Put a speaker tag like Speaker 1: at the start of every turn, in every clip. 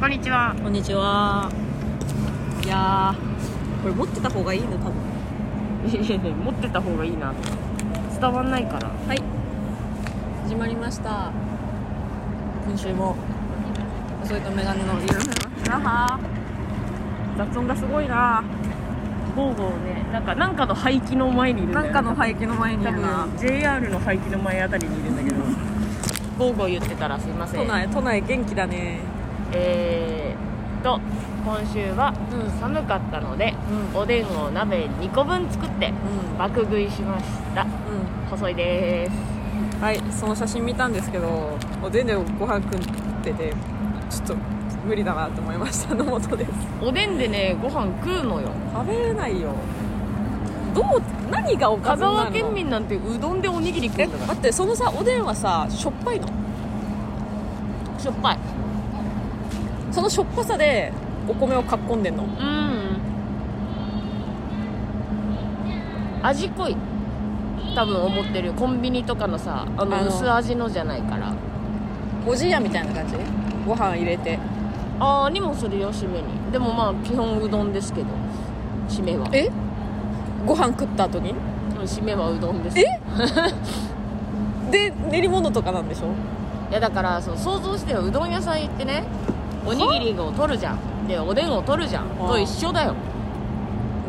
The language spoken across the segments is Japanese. Speaker 1: こんにちは。
Speaker 2: こんにちは。いやー、これ持ってた方がいいの、多分。
Speaker 1: いやいやいや 持ってた方がいいな。伝わんないから。
Speaker 2: はい。始まりました。今週も。細いとメガネの。
Speaker 1: 雑音がすごいな。ゴーゴーね、なんか、なんかの排気の前にいるんだ
Speaker 2: な
Speaker 1: よ
Speaker 2: んかの廃棄の前にい
Speaker 1: 多
Speaker 2: るな。
Speaker 1: 分 JR の排気の前あたりにいるんだけど。ゴーゴー言ってたらすいませ
Speaker 2: 都
Speaker 1: ん。
Speaker 2: 内、都内元気だね。
Speaker 1: えーっと、今週は
Speaker 2: うん
Speaker 1: 寒かったので、
Speaker 2: う
Speaker 1: おでんを鍋2個分作って
Speaker 2: うん。
Speaker 1: 爆食いしました。細いです。
Speaker 2: うん。はい、その写真見たんですけど、おでんでご飯食ってて、ちょっと無理だなと思いました。野本です。
Speaker 1: おでんでね、ご飯食うのよ。
Speaker 2: 食べれないよ。どう、何がお
Speaker 1: 香
Speaker 2: かずになるの
Speaker 1: 川県民なんてうどんでおにぎり食う
Speaker 2: え
Speaker 1: んだから
Speaker 2: 待ってそのさおでんはさしょっぱいの
Speaker 1: しょっぱい
Speaker 2: そのしょっぱさでお米をかっこんでんの
Speaker 1: うん味濃い多分思ってるコンビニとかのさあ
Speaker 2: あ
Speaker 1: の
Speaker 2: の
Speaker 1: 薄味のじゃないから
Speaker 2: おじやみたいな感じご飯入れて
Speaker 1: ああにもするよ締めにでもまあ基本うどんですけど締めは
Speaker 2: えご飯食った後に
Speaker 1: うん締めはうどんです
Speaker 2: えで練り物とかなんでしょ
Speaker 1: いやだからそう想像してようどん屋さん行ってねおにぎりを取るじゃんでおでんを取るじゃん
Speaker 2: あー
Speaker 1: と一緒だよ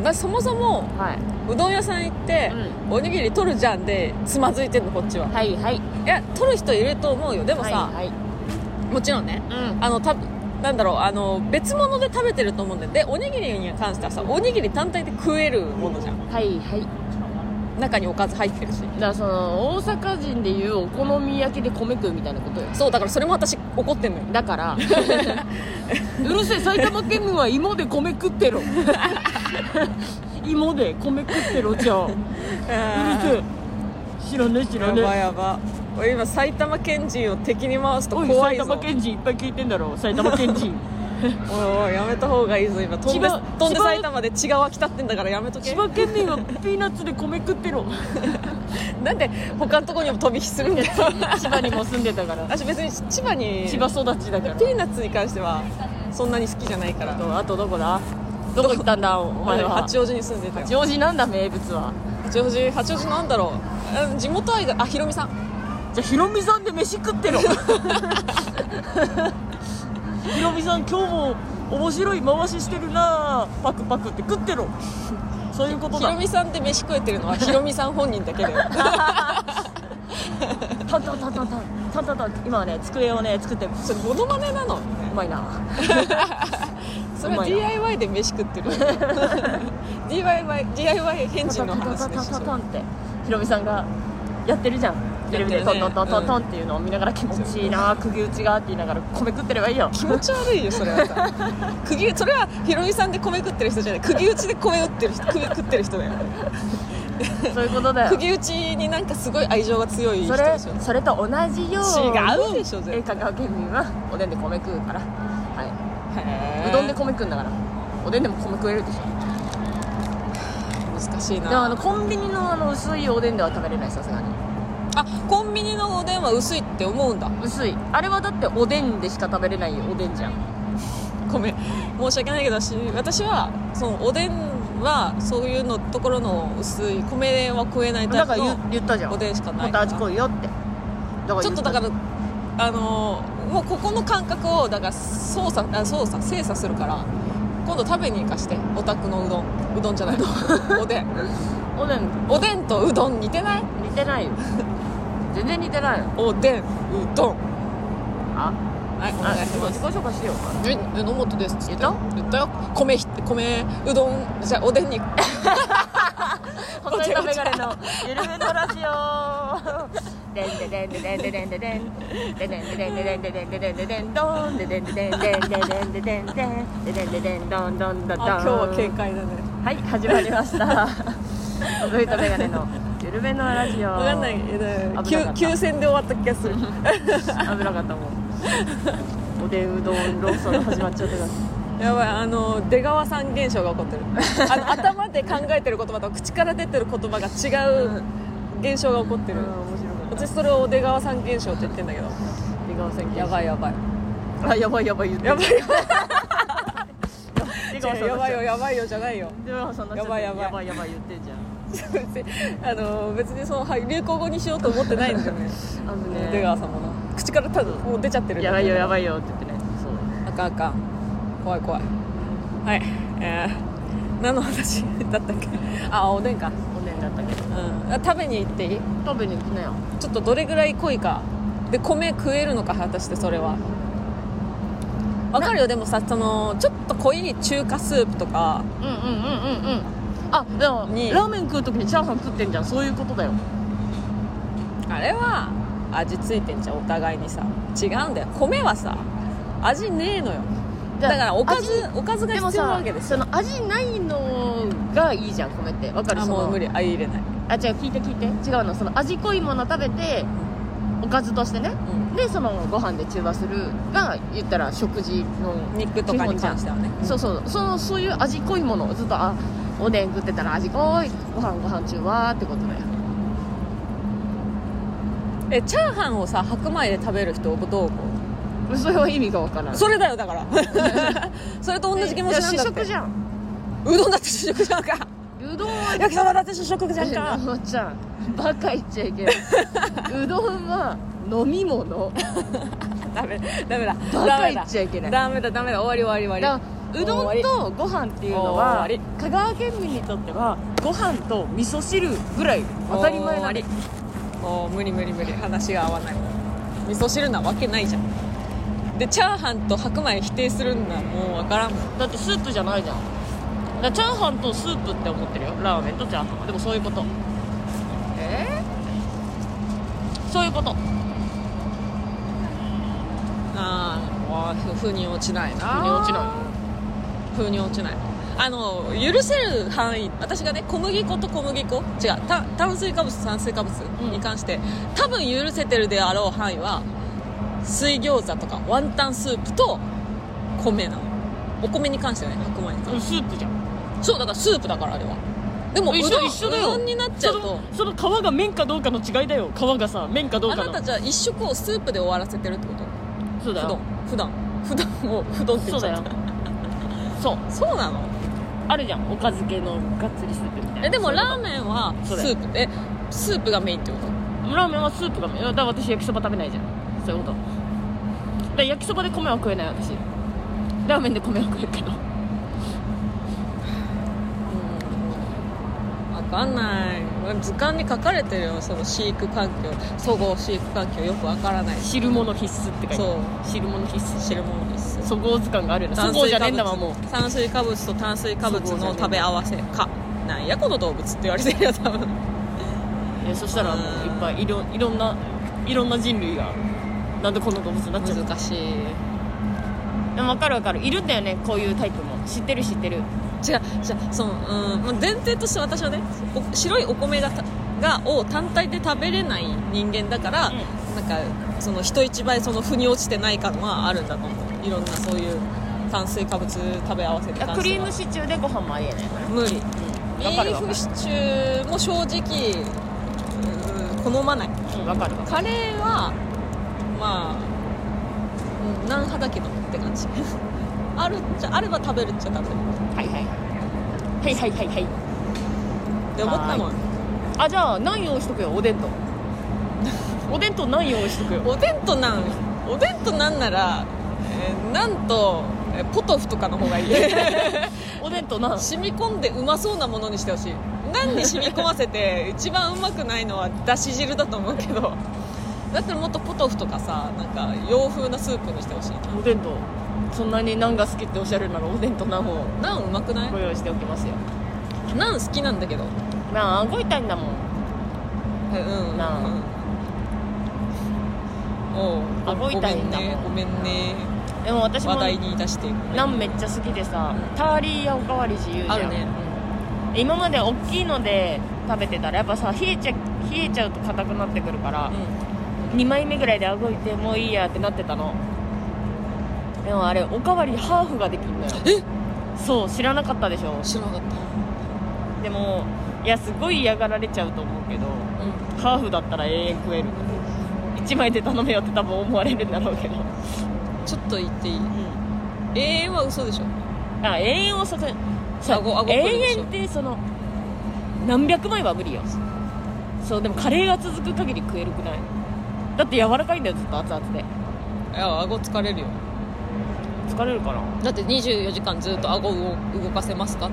Speaker 2: だそもそも
Speaker 1: はいう
Speaker 2: どん屋さん行って、おにぎり取るじゃんでつまずいてんのこっちは
Speaker 1: はいはい
Speaker 2: いや取る人いると思うよでもさ、
Speaker 1: はいはい
Speaker 2: もちろんね
Speaker 1: うん
Speaker 2: あのたなんだろうあの別物で食べてると思うんだよでおにぎりに関してはさおにぎり単体で食えるものじゃん
Speaker 1: はいはい
Speaker 2: 中におかず入ってるし
Speaker 1: だからその大阪人でいうお好み焼きで米食うみたいなことよ
Speaker 2: そうだからそれも私怒ってんのよ
Speaker 1: だからうるせえ埼玉県民は芋で米食って ろ芋で米食ってろじゃあうるせえ知らねえ知ら
Speaker 2: や
Speaker 1: ね
Speaker 2: ば
Speaker 1: え
Speaker 2: やば俺今埼玉県人を敵に回すと
Speaker 1: おい
Speaker 2: 怖い
Speaker 1: 埼
Speaker 2: ぞ
Speaker 1: 玉県人いっぱい聞いてんだろ埼玉県 人
Speaker 2: おいおいやめた方がいいぞ今飛んで
Speaker 1: 千葉
Speaker 2: 飛んで
Speaker 1: 千葉
Speaker 2: 埼玉で血が湧き立ってんだからやめとけ
Speaker 1: 千葉県民はピーナッツで米食ってろ
Speaker 2: なんで他のとこにも飛び火するんだよ
Speaker 1: 千葉にも住んでた から
Speaker 2: 私別に千葉に
Speaker 1: 千葉育ちだから
Speaker 2: ピーナッツに関してはそんなに好きじゃないから
Speaker 1: とあとどこだどこ行ったんだお前は
Speaker 2: 八王子に住んでたよ
Speaker 1: 八王子なんだ名物は
Speaker 2: 八王子八王子なんだろううん地元愛があひろみさん
Speaker 1: じゃあヒロミさんで飯食ってろヒロミさん今日も面白い回ししてるなパクパクって食ってろそういうこと
Speaker 2: ひろ
Speaker 1: だ
Speaker 2: みさんで飯食えてるのはひろみさん本人だけだよ
Speaker 1: タンタンタンタンタンタンタンタン今はね机をね作ってう
Speaker 2: それモノマネなの
Speaker 1: まいな
Speaker 2: それ
Speaker 1: うま
Speaker 2: はい
Speaker 1: な
Speaker 2: DIY で飯食ってる DIY, DIY 変
Speaker 1: タ
Speaker 2: 人
Speaker 1: ン
Speaker 2: の
Speaker 1: タンタンタン
Speaker 2: 話で
Speaker 1: タン
Speaker 2: し
Speaker 1: タン
Speaker 2: ょ
Speaker 1: タンってヒロミさんがやってるじゃんテレビで
Speaker 2: やっ
Speaker 1: ト
Speaker 2: て
Speaker 1: ン
Speaker 2: る
Speaker 1: ト
Speaker 2: ね
Speaker 1: ントントントンっていうのを見ながら気持ちいいな釘打ちがって言いながら米食ってればいいよ
Speaker 2: 気持ち悪いよそれ はさ釘打それはひろみさんで米食ってる人じゃない釘打ちで米打ってる人米食ってる人だ よ
Speaker 1: そういうことだよ
Speaker 2: 釘打ちになんかすごい愛情が強い人
Speaker 1: そ
Speaker 2: で
Speaker 1: れ
Speaker 2: しょ
Speaker 1: それと同じよ
Speaker 2: 違うでしょ
Speaker 1: えー
Speaker 2: 絶
Speaker 1: 香川県民はおでんで米食うから、は
Speaker 2: 対へ
Speaker 1: い、
Speaker 2: ー
Speaker 1: うどんで米食うんだからおでんでも米食えるでしょ
Speaker 2: 難しい
Speaker 1: でもあの
Speaker 2: な
Speaker 1: コンビニのあの薄いおでんでは食べれないさすがに
Speaker 2: あコンビニのおでんは薄いって思うんだ
Speaker 1: 薄いあれはだっておでんでしか食べれないよおでんじゃん
Speaker 2: ごめん申し訳ないけどし私はそのおでんはそういうのところの薄い米は食えないタ
Speaker 1: だ
Speaker 2: イ
Speaker 1: か
Speaker 2: プ
Speaker 1: ら言
Speaker 2: の
Speaker 1: 言ったじゃん
Speaker 2: おでんしかない
Speaker 1: もっと味濃いよってだから
Speaker 2: ちょっとだかららあのーもうここの感覚をだから操作あ操作精査するから今度食べに行かしてお宅のうどんうどんじゃない のおでん
Speaker 1: おでん
Speaker 2: おでんとうどん似てない
Speaker 1: 似てないよ全然似てないよ
Speaker 2: おでんうどん
Speaker 1: あ
Speaker 2: はい
Speaker 1: あ
Speaker 2: お願いし
Speaker 1: 自
Speaker 2: ます
Speaker 1: 己紹介しようか
Speaker 2: え野本ですつって
Speaker 1: 言った
Speaker 2: 言ったよ米ひ米うどんじゃあおでんに
Speaker 1: 細いとメガネのゆるめのラジオでんででんででんででんででんででんででんででんででんででんででんどんででんででんでんででんででんでんででんででんどんどんどんどん
Speaker 2: あ今日は警戒だね
Speaker 1: はい始まりました細いとメガネのゆるめのラジオ
Speaker 2: 分かんないけ
Speaker 1: 危
Speaker 2: ど
Speaker 1: なかった
Speaker 2: 急急戦で終わった気がする
Speaker 1: 危なかったもんおでんうどんローソン始まっちゃってた
Speaker 2: やばいあの出川さん現象が起こってるあの頭で考えてる言葉と口から出てる言葉が違う現象が起こってる、
Speaker 1: うん面白かった
Speaker 2: 私それを出川さん現象って言ってんだけど
Speaker 1: 出川さん
Speaker 2: やばいやばい
Speaker 1: あやばいやばい言って
Speaker 2: やばいよ
Speaker 1: 出川さん
Speaker 2: やばいよ
Speaker 1: 出
Speaker 2: やばいよじゃないよ
Speaker 1: 川さんなっちゃった
Speaker 2: やばいやばい
Speaker 1: やばいやばい言ってんじゃん
Speaker 2: あの別にそのはい流行語にしようと思ってないんだよね
Speaker 1: あのね
Speaker 2: 出川さんもな口からただもう出ちゃってる
Speaker 1: やばいよや
Speaker 2: い
Speaker 1: ばいよって言ってねそう
Speaker 2: あかんあかん怖い怖いはいえー、何の話だったっけあおでんか
Speaker 1: おねんだったけど
Speaker 2: うんあ食べに行っていい
Speaker 1: 食べに行きなよ
Speaker 2: ちょっとどれぐらい濃いかで米食えるのか果たしてそれはわかるよでもさそのちょっと濃い中華スープとか
Speaker 1: うんうんうんうんうんあでも
Speaker 2: に
Speaker 1: ラーメン食う時にチャーハン食ってんじゃんそういうことだよ
Speaker 2: あれは味ついてんじゃんお互いにさ違うんだよ米はさ味ねえのよだからおかずおかずが
Speaker 1: でも
Speaker 2: 必要な
Speaker 1: さ
Speaker 2: わけです
Speaker 1: その味ないのがいいじゃん米ってわかる
Speaker 2: あ
Speaker 1: そ
Speaker 2: もう
Speaker 1: の
Speaker 2: 無理あ入れない、
Speaker 1: あ違う聞いて聞いて違うのその味濃いもの食べておかずとしてね
Speaker 2: うん
Speaker 1: でそのご飯で中和するが言ったら食事の
Speaker 2: 肉とかに関してはね
Speaker 1: そうそうそのそういう味濃いものずっとあおでん食ってたら味濃いご飯ご飯中和ってことだよ
Speaker 2: えチャーハンをさ白米で食べる人どうこ
Speaker 1: それは意味がわから
Speaker 2: うんそれだよだから それと同じ気持ちなんだっ
Speaker 1: いや主食
Speaker 2: て
Speaker 1: じゃん
Speaker 2: うどんだって主食じゃんか
Speaker 1: うどん は
Speaker 2: 焼きそばだって主食じゃんか
Speaker 1: うどんちゃんバカ言っちゃいけない うどんは飲み物
Speaker 2: ダメダメだ
Speaker 1: バ
Speaker 2: ダ
Speaker 1: カ
Speaker 2: メ
Speaker 1: 言
Speaker 2: だ
Speaker 1: っちゃいけないだ
Speaker 2: ダメだダメだ終わり終わり終わ
Speaker 1: からうどんとご飯っていうのは
Speaker 2: 終わ
Speaker 1: 香川県民にとってはご飯と味噌汁ぐらい
Speaker 2: り
Speaker 1: 当たり前な
Speaker 2: 終
Speaker 1: り
Speaker 2: わりもう無理無理無理話が合わない味噌汁なわけないじゃんでチャーハンと白米否定するんだもうわからん
Speaker 1: だってスープじゃないじゃんだからチャーハンとスープって思ってるよラーメンとチャーハンはでもそういうことえそういうこと
Speaker 2: ああ腑に落ちないな
Speaker 1: 腑に落ちない
Speaker 2: 腑に落ちないあの許せる範囲私がね小麦粉と小麦粉違うた炭水化物と炭水化物
Speaker 1: うん
Speaker 2: に関して、多分許せてるであろう範囲は水餃子とかワンタンスープと米なのお米に関してはね白米に関
Speaker 1: うん
Speaker 2: して、
Speaker 1: スープじゃん
Speaker 2: そうだからスープだからあれはでもうどん
Speaker 1: 一緒一緒だよ
Speaker 2: うどんになっちゃうと
Speaker 1: そのその皮が麺かどうかの違いだよ皮がさ麺かどう
Speaker 2: あ
Speaker 1: か
Speaker 2: な
Speaker 1: の
Speaker 2: たじゃあ一食をスープで終わらせてるってこと
Speaker 1: そうだよ
Speaker 2: 普段普段普段を普段って言
Speaker 1: そ
Speaker 2: っ
Speaker 1: うだ
Speaker 2: ちゃっ
Speaker 1: よ
Speaker 2: た
Speaker 1: そう
Speaker 2: そうなの
Speaker 1: あるじゃんおかず系のがっつりスープみたいな
Speaker 2: えでも
Speaker 1: そういうこ
Speaker 2: ラーメンはス
Speaker 1: そうだよ
Speaker 2: ープえスープがメインってこと
Speaker 1: とラーメンはスープがメインだから私焼きそば食べないじゃんそういうことだから焼きそばで米は食えない私ラーメンで米は食えるけど
Speaker 2: わかんない図鑑に書かれてるよその飼育環境そごう飼育環境よくわからないし
Speaker 1: 汁物必須って書いて
Speaker 2: そ
Speaker 1: あ
Speaker 2: う
Speaker 1: る汁物必須
Speaker 2: 汁物です
Speaker 1: そごう図鑑があるよねそごうじゃねえんだわもう
Speaker 2: 炭水化物と炭水化物
Speaker 1: そごうじゃねえ
Speaker 2: の
Speaker 1: んだ
Speaker 2: 食べ合わせかなんやこの動物って言われてるよ多分
Speaker 1: えそしたらもういっぱいいろいろんないろんな人類がなんでこんな動物になっちゃった
Speaker 2: 難しい
Speaker 1: でも分かる分かるいるんだよねこういうタイプも知ってる知ってる
Speaker 2: 違うじゃそのうんまあ前提として私はねお白いお米がたがを単体で食べれない人間だから、
Speaker 1: う
Speaker 2: なんかその人一倍その腑に落ちてない感はあるんだと思ういろんなそういう炭水化物食べ合わせに関しては
Speaker 1: クリームシチューでご飯もありえないから
Speaker 2: 無理ビ
Speaker 1: わかる
Speaker 2: ー
Speaker 1: わか
Speaker 2: フ
Speaker 1: る
Speaker 2: シチューも正直うん好まない
Speaker 1: うん分かる分か
Speaker 2: カレーはまあうん何派だけどって感じ あるっちゃあれば食べるっちゃ食べる
Speaker 1: るはいはいはいはいはいはい
Speaker 2: って思ったもん
Speaker 1: あじゃあ何用意しとくよおでんと おでんと何用意しとくよ
Speaker 2: おでんとなんおでんとなんなら、えーなんとえーポトフとかの方がい い
Speaker 1: おでんと何
Speaker 2: 染み込んでうまそうなものにしてほしい何に染み込ませて一番うまくないのはだし汁だと思うけどだったらもっとポトフとかさなんか洋風なスープにしてほしい
Speaker 1: おでんとそんなに何が好きっておっしゃるならおでんと何を
Speaker 2: なナンうまくない
Speaker 1: ご用意しておきますよ
Speaker 2: ナン好きなんだけど
Speaker 1: なあ動いたいんだもん
Speaker 2: えうん
Speaker 1: ナン
Speaker 2: うんおう
Speaker 1: あご痛いんだもん
Speaker 2: ごめんねごめんね
Speaker 1: でも私も
Speaker 2: 話題に出して
Speaker 1: ナンめっちゃ好きでさターリーやおかわり自由じゃん
Speaker 2: あるね
Speaker 1: 今まで大きいので食べてたらやっぱさ冷えちゃ冷えちゃうと硬くなってくるから
Speaker 2: う、ん
Speaker 1: 2枚目ぐらいであごいてもういいやってなってたのでもあれおかわりハーフができんのよ
Speaker 2: え
Speaker 1: そう知らなかったでしょ
Speaker 2: 知らなかった
Speaker 1: でもいやすごい嫌がられちゃうと思うけど
Speaker 2: うん
Speaker 1: ハーフだったら永遠食える1枚で頼めよって多分思われるんだろうけど
Speaker 2: ちょっと言っていい
Speaker 1: うん
Speaker 2: 永遠は嘘でしょ
Speaker 1: あ永遠をさせさ
Speaker 2: 顎顎
Speaker 1: 永
Speaker 2: 取るでしょ
Speaker 1: 遠ってその何百枚は無理よそうでもカレーが続く限り食えるくないだって柔らかいんだよずっと熱々で
Speaker 2: いや顎疲れるよ
Speaker 1: 疲れるかな
Speaker 2: だって24時間ずっと顎を動かせますか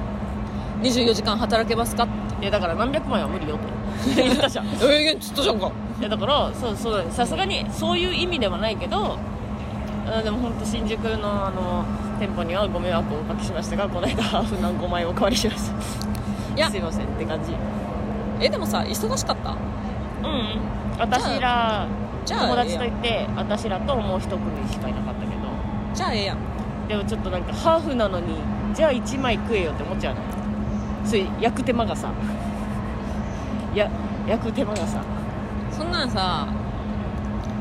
Speaker 2: 24時間働けますか
Speaker 1: いやだから何百枚は無理よ って言ったじゃんい
Speaker 2: 永遠ちょっとじゃんか
Speaker 1: やだからそうそうだねさすがにそういう意味ではないけどあでも本当新宿のあの店舗にはご迷惑をおかけしましたがこの間ハーフ何個枚お代わりしました
Speaker 2: いや
Speaker 1: すいませんって感じうん
Speaker 2: えでもさ忙しかった
Speaker 1: うん私ら
Speaker 2: じゃあ
Speaker 1: 友達と
Speaker 2: ええ
Speaker 1: 行って私らともう一組しかいなかったけど
Speaker 2: やんじゃあええやん
Speaker 1: でもちょっとなんかハーフなのにじゃあ1枚食えよって思っちゃうのそういう焼く手間がさいや焼く手間がさ
Speaker 2: そんなんさ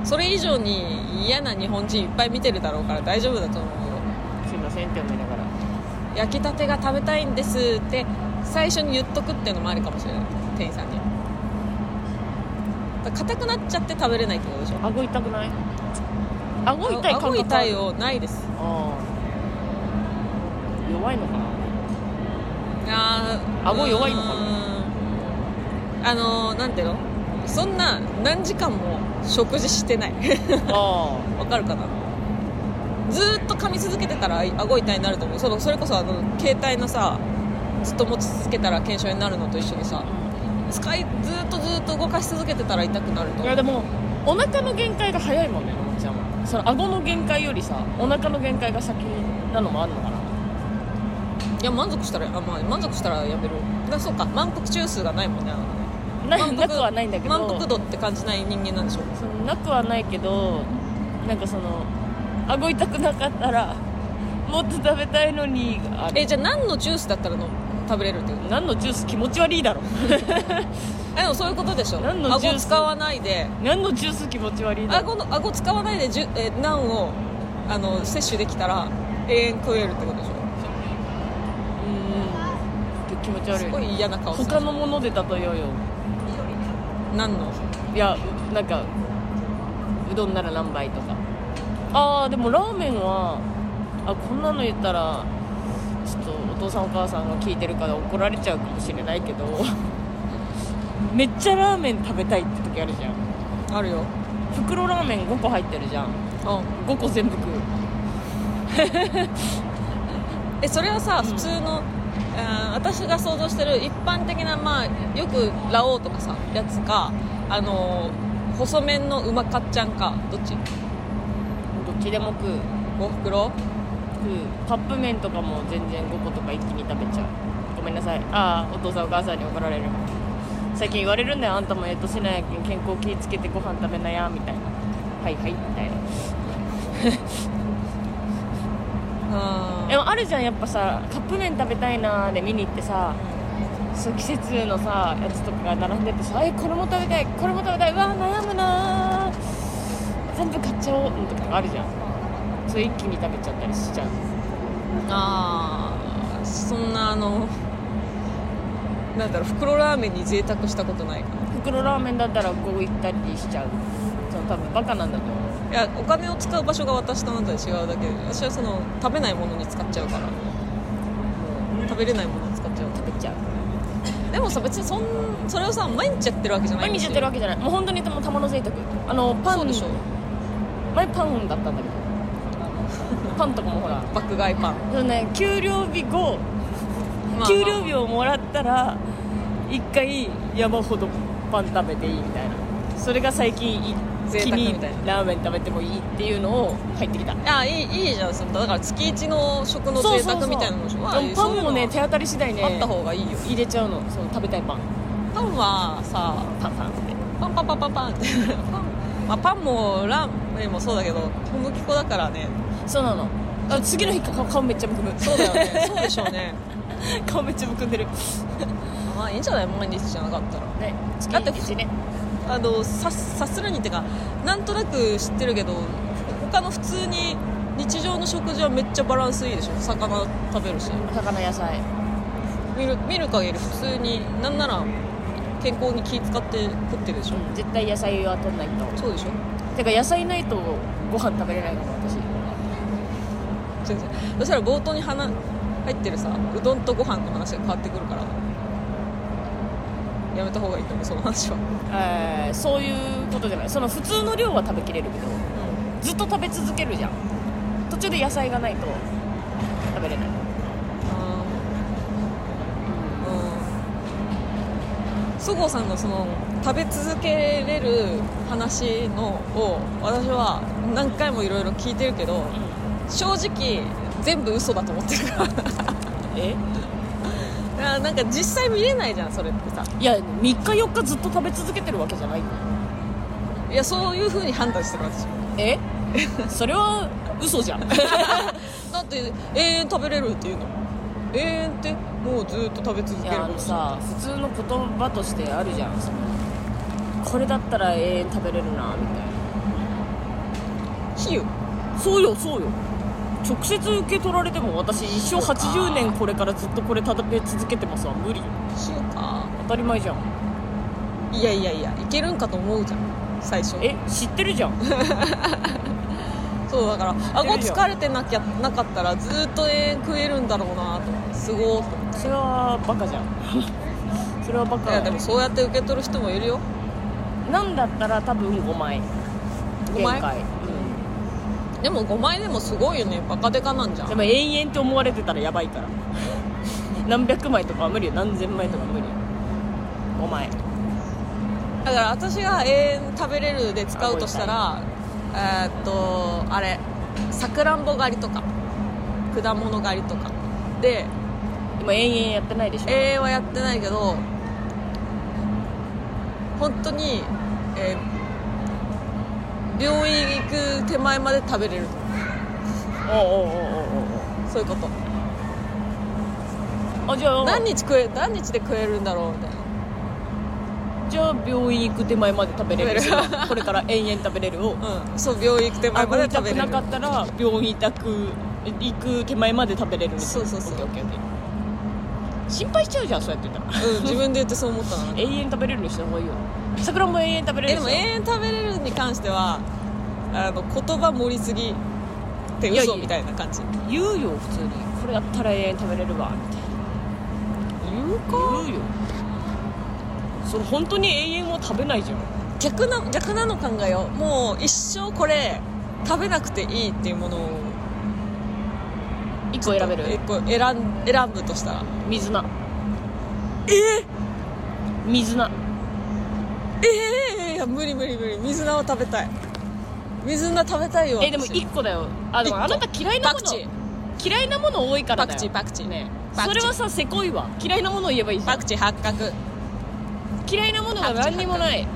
Speaker 2: それ以上に嫌な日本人いっぱい見てるだろうから大丈夫だと思うよ
Speaker 1: すいませんって思いながら
Speaker 2: 焼きたてが食べたいんですって最初に言っとくっていうのもあるかもしれない店員さんにだから硬くなっちゃって食べれないってことでしょ
Speaker 1: 顎痛くない顎痛い感
Speaker 2: あ顎
Speaker 1: 覚
Speaker 2: 痛いよないです
Speaker 1: ああ弱いの かな
Speaker 2: あー
Speaker 1: 顎弱いのかな
Speaker 2: うーんあのーなんていうのそんな何時間も食事してない
Speaker 1: あ
Speaker 2: わかるかなずーっと噛み続けてたら顎痛いになると思うそのそれこそあの携帯のさずっと持ち続けたら腱鞘炎になるのと一緒にさ使いずーっとずーっと動かし続けてたら痛くな
Speaker 1: あい
Speaker 2: ると思う
Speaker 1: やでもお腹の限界が早いもんねのもっちゃんはその顎の限界よりさお腹の限界が先なのもあるのかない
Speaker 2: や満足したらあ、まあ、満足したらやめるだそうか満腹中枢がないもんねあのね
Speaker 1: な
Speaker 2: 満腹
Speaker 1: なくはないんだけど
Speaker 2: 満腹度って感じない人間なんでしょ
Speaker 1: そのなくはないけどなんかその顎痛くなかったらもっと食べたいのにがある
Speaker 2: えじゃあ何のジュースだったらの食べれるってこと
Speaker 1: 何のジュース気持ち悪いだろ
Speaker 2: あでもそういうことでしょ
Speaker 1: 何のジュー
Speaker 2: 顎
Speaker 1: ス
Speaker 2: 使わないで
Speaker 1: 何のジュース気持ち悪いだろ
Speaker 2: 顎の顎使わないでじゅえーナンをあの摂取できたら永遠食えるってことでし
Speaker 1: うん気持ち
Speaker 2: ょ
Speaker 1: 悪
Speaker 2: す
Speaker 1: い
Speaker 2: ごい嫌な顔する
Speaker 1: 他のもので例えようよ
Speaker 2: 何の
Speaker 1: いやうなんかうどんなら何杯とかああでもラーメンはあこんなの言ったらちょっとお父さんお母さんが聞いてるから怒られちゃうかもしれないけど めっちゃラーメン食べたいって時あるじゃん
Speaker 2: あるよ
Speaker 1: 袋ラーメン5個入ってるじゃん
Speaker 2: うん
Speaker 1: 5個全部食う
Speaker 2: えそれはさ
Speaker 1: うん
Speaker 2: 普通の、えー私が想像してる一般的なまあよくラオウとかさやつかあのー細麺のうまかっちゃんかどっち
Speaker 1: どっちでも食う
Speaker 2: お袋
Speaker 1: 食うカップ麺とかも全然5個とか一気に食べちゃうごめんなさいああお父さんお母さんに怒られる最近言われるんだよあんたもえっとしないけん健康気ぃつけてご飯食べなやみたいなはいはいみたいな
Speaker 2: あ
Speaker 1: でもあるじゃんやっぱさカップ麺食べたいなーで見に行ってさそう季節のさやつとかが並んでてさ「えこれも食べたいこれも食べたいうわー悩むなー全部買っちゃおう」とかあるじゃんそれ一気に食べちゃったりしちゃう
Speaker 2: あーそんなあのなんだろう袋ラーメンに贅沢したことないかな
Speaker 1: 袋ラーメンだったらこう行ったりしちゃうその多分バカなんだと思う
Speaker 2: いやお金を使う場所が私とあなたで違うだけで私はその食べないものに使っちゃうからもう食べれないものに使っちゃうか
Speaker 1: 食べちゃう
Speaker 2: らでもさ別にそんそれをさ毎日やってるわけじゃな
Speaker 1: 毎
Speaker 2: いんで
Speaker 1: 日
Speaker 2: す
Speaker 1: やって
Speaker 2: よ
Speaker 1: るわけじゃないもう本当にでも玉の贅沢あのパン
Speaker 2: そうでしょ
Speaker 1: 前パンだったんだけ どパンとかもほら
Speaker 2: 爆買いパン、
Speaker 1: そのね給料日後
Speaker 2: まあ
Speaker 1: 給料日をもらったら一回山ほどパン食べていいみたいなそれが最近い
Speaker 2: 贅
Speaker 1: 気
Speaker 2: 沢み
Speaker 1: に
Speaker 2: たいな
Speaker 1: ラーメン食べてもいいっていうのを入ってきた
Speaker 2: あいいいいじゃんそのだから月一の食の贅沢みたいなのでしょああ
Speaker 1: で
Speaker 2: いう
Speaker 1: も
Speaker 2: そ
Speaker 1: パ
Speaker 2: うい
Speaker 1: ン
Speaker 2: うの
Speaker 1: もね
Speaker 2: は
Speaker 1: 手当たり次第ね
Speaker 2: あった方がいいよ
Speaker 1: 入れちゃうのその食べたいパン
Speaker 2: パンはさ
Speaker 1: パンパンって
Speaker 2: パンパンパンパンパンってパン,、まあ、パンもラーメンもそうだけど小麦粉だからね
Speaker 1: そうなのあ次の日か顔めっちゃむくむ
Speaker 2: そうだよねそうでしょうね
Speaker 1: 顔めっちゃむくんでる
Speaker 2: まあいいんじゃない毎日じゃなかったら
Speaker 1: ね
Speaker 2: だって
Speaker 1: 口ね
Speaker 2: あのささすらにってかなんとなく知ってるけど他の普通に日常の食事はめっちゃバランスいいでしょ魚食べるし
Speaker 1: 魚野菜
Speaker 2: 見る見る限り普通になんなら健康に気使って食ってるでしょ、
Speaker 1: 絶対野菜は取んないと
Speaker 2: そうでしょ
Speaker 1: てか野菜ないとご飯食べれないかも私
Speaker 2: 違う違うそしたら冒頭に話入ってるさうどんとご飯の話が変わってくるからやめた方がいいと思うその話は、
Speaker 1: えーそういうことじゃないその普通の量は食べきれるけどずっと食べ続けるじゃん途中で野菜がないと食べれない
Speaker 2: あーうんそごうさんのその食べ続けれる話のを私は何回もいろいろ聞いてるけど正直全部嘘だと思ってるから だか
Speaker 1: え
Speaker 2: らなんか実際見れないじゃんそれってさ
Speaker 1: いや3日4日ずっと食べ続けてるわけじゃないよ
Speaker 2: いやそういうふうに判断してる私
Speaker 1: えそれは嘘じゃん
Speaker 2: だって永遠食べれるっていうの永遠ってもうずっと食べ続
Speaker 1: い
Speaker 2: ける
Speaker 1: やあのさ普通の言葉としてあるじゃんそのこれだったら永遠食べれるなみたい
Speaker 2: 比喩
Speaker 1: なそうよそうよ直接受け取られても私一生80年これからずっとこれ食べ続けてますわ無理よ
Speaker 2: 比喩か
Speaker 1: 当たり前じゃん
Speaker 2: いやいやいやいけるんかと思うじゃん最初
Speaker 1: え知ってるじゃん
Speaker 2: そうだから
Speaker 1: て
Speaker 2: 顎
Speaker 1: るよ
Speaker 2: 疲れてなきゃなかったらずっと永遠食えるんだろうなと思ってすごーっと思っ
Speaker 1: それはバカじゃん それはバ
Speaker 2: てい
Speaker 1: カ
Speaker 2: やでもそうやって受け取る人もいるよ
Speaker 1: なんだったら多分5枚
Speaker 2: 5枚
Speaker 1: 限界
Speaker 2: でも5枚でもすごいよねバカデカなんじゃん
Speaker 1: でも延々って思われてたらやばいから 何百枚とかは無理よ何千枚とか無理よ5枚
Speaker 2: だから私が永遠食べれるで使うとしたらえーっとあれさくらんぼ狩りとか果物狩りとかで
Speaker 1: 今延々やってないでしょ
Speaker 2: 永遠はやってないけど本当に、えー病院行く手前まで食べれる
Speaker 1: おうおうおう
Speaker 2: そういうこと
Speaker 1: おうおうあじゃあ
Speaker 2: 何日食え何日で食えるんだろうみたいな
Speaker 1: じゃあ病院行く手前まで食べれる
Speaker 2: 食 べれ
Speaker 1: これから延々食べれるを
Speaker 2: うんそう病院行く手前まで
Speaker 1: 顎痛
Speaker 2: 食べ
Speaker 1: く
Speaker 2: れ
Speaker 1: な
Speaker 2: る
Speaker 1: かったら病院痛く行く手前まで食べれるみたいな
Speaker 2: そうそうそう
Speaker 1: オッケーオッケーオッケー心配しちゃうじゃんそうやって言ったら
Speaker 2: うん自分で言ってそう思ったの
Speaker 1: 永遠食べれるにした方がいいよ桜も永遠食べれ
Speaker 2: え
Speaker 1: る
Speaker 2: でも
Speaker 1: し
Speaker 2: 永遠食べれるに関してはあの言葉盛りすぎって
Speaker 1: いやい
Speaker 2: 嘘
Speaker 1: や
Speaker 2: みたいな感じ
Speaker 1: 言うよ普通にこれやったら永遠食べれるわみたい
Speaker 2: 言う
Speaker 1: な言うよそれ本当に永遠は食べないじゃん
Speaker 2: 逆な逆なの考えようもう一生これ食べなくていいっていうものを
Speaker 1: 1個選べる
Speaker 2: 一個選ん選ぶとしたら
Speaker 1: 水菜え水菜
Speaker 2: ええいや無理無理無理水菜を食べたい水菜食べたいよ
Speaker 1: えでも
Speaker 2: 私
Speaker 1: 1個だよあでもあ
Speaker 2: 一個
Speaker 1: なた嫌いなも
Speaker 2: パクチー
Speaker 1: の嫌いなもの多いからだ
Speaker 2: パク
Speaker 1: よ
Speaker 2: チーパクチー
Speaker 1: ね
Speaker 2: パク
Speaker 1: そ
Speaker 2: チ
Speaker 1: れ
Speaker 2: ー
Speaker 1: はさせこいわ嫌いなものを言えばいいじゃ
Speaker 2: パ
Speaker 1: ん
Speaker 2: クチー八角
Speaker 1: 嫌いなものが何にもない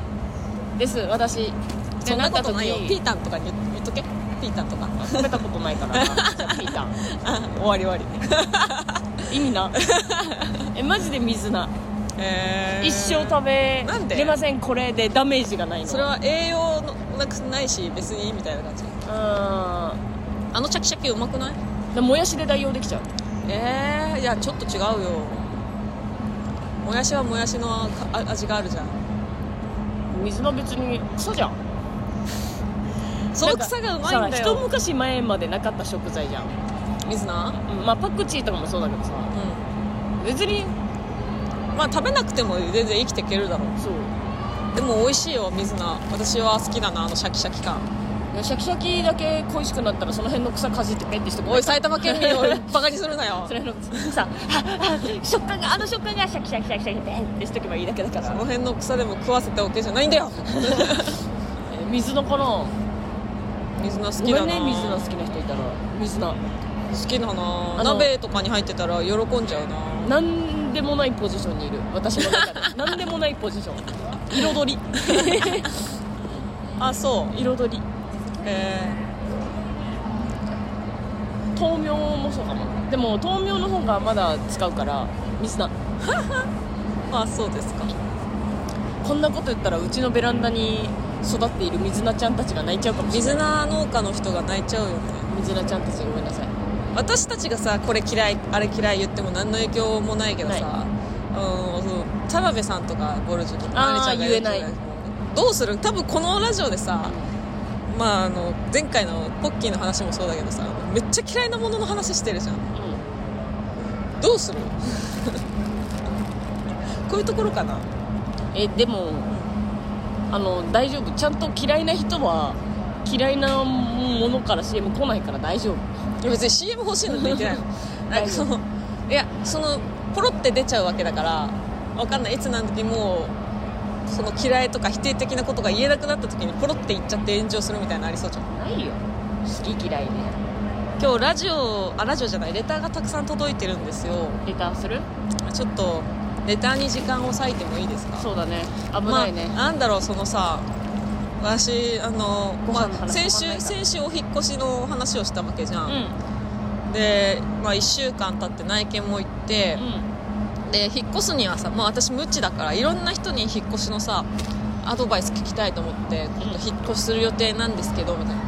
Speaker 1: です私
Speaker 2: そんなことないよ
Speaker 1: で
Speaker 2: ピータンとかに言言っとけピータンとか
Speaker 1: 食べたことないからなじゃあピ ータン
Speaker 2: 終わり終わ り
Speaker 1: 意味なえマジで水菜
Speaker 2: えー
Speaker 1: 一生食べ
Speaker 2: なんで
Speaker 1: れませんこれでダメージがないの
Speaker 2: それは栄養のなくないし別にいいみたいな感じ
Speaker 1: は
Speaker 2: あのシャキシャキうまくない
Speaker 1: うんでもやしで代用できちゃう
Speaker 2: えー、いやちょっと違うよもやしはもやしのかあ味があるじゃん
Speaker 1: 水菜別に草じゃん
Speaker 2: その草がうまいんだ
Speaker 1: さ
Speaker 2: よ
Speaker 1: 一昔前までなかった食材じゃん、
Speaker 2: 水菜
Speaker 1: うんまあパクチーとかもそうだけどさ
Speaker 2: う
Speaker 1: 別に
Speaker 2: んまあ食べなくても全然生きていけるだろ
Speaker 1: そう
Speaker 2: うでも美味しいよ水菜私は好きだなあのシャキシャキ感
Speaker 1: いやシャキシャキだけ恋しくなったらその辺の草かじってペンってして
Speaker 2: おい埼玉県民をバカにするなよ
Speaker 1: それのさああ食感があの食感がシャキシャキシャキシャキペンってしとけばいいだけだか
Speaker 2: そ
Speaker 1: ら
Speaker 2: の辺の草でも食わせておけじゃないんだよ
Speaker 1: え水菜かな
Speaker 2: 水菜好
Speaker 1: ご
Speaker 2: き
Speaker 1: め
Speaker 2: だ
Speaker 1: ん
Speaker 2: な
Speaker 1: ね水菜好きな人いたら水菜
Speaker 2: 好きだな
Speaker 1: あの
Speaker 2: 鍋とかに入ってたら喜んじゃう
Speaker 1: な
Speaker 2: な
Speaker 1: んでもないポジションにいる私の中でなんでもないポジション彩り
Speaker 2: あそう
Speaker 1: 彩り
Speaker 2: え
Speaker 1: 豆苗もそうかもでも豆苗の方がまだ使うから水菜
Speaker 2: ー、まあそうですか
Speaker 1: こんなこと言ったらうちのベランダに育っている水菜ちゃんたちが泣いちゃうかもしれない
Speaker 2: 水菜農家の人が泣いちゃうよね
Speaker 1: 水菜ちゃんたちごめんなさい
Speaker 2: 私たちがさこれ嫌いあれ嫌い言っても何の影響もないけどさうんそう田辺さんとかゴルジュとか
Speaker 1: あー
Speaker 2: マリちゃんが
Speaker 1: 言えない
Speaker 2: どうする多分このラジオでさまああの前回のポッキーの話もそうだけどさめっちゃ嫌いなものの話してるじゃんどうする こういうところかな
Speaker 1: えでもあの大丈夫ちゃんと嫌いな人は嫌いなものから CM 来ないから大丈夫
Speaker 2: いや別に CM 欲しいなんて言ってないのなんかそのいやそのポロって出ちゃうわけだからわかんないいつなん時もうその嫌いとか否定的なことが言えなくなった時にポロって言っちゃって炎上するみたいなのありそうじゃん
Speaker 1: ないよ好き嫌いね
Speaker 2: 今日ラジオあラジオじゃないレターがたくさん届いてるんですよ
Speaker 1: レターする
Speaker 2: ちょっとレターに時間を割いてもいいですか
Speaker 1: そうだね危ないね、
Speaker 2: まあ、なんだろうそのさ私あの
Speaker 1: ご飯の話
Speaker 2: ま
Speaker 1: 止ま
Speaker 2: あ、先
Speaker 1: んない
Speaker 2: 週
Speaker 1: から
Speaker 2: 先週お引っ越しの話をしたわけじゃ、
Speaker 1: うんん
Speaker 2: で、まあ、1週間経って内見も行って、
Speaker 1: う
Speaker 2: で引っ越すにはさ、まあ、私無知だからいろんな人に引っ越しのさアドバイス聞きたいと思って
Speaker 1: ん
Speaker 2: 今度引っ越しする予定なんですけどみたいな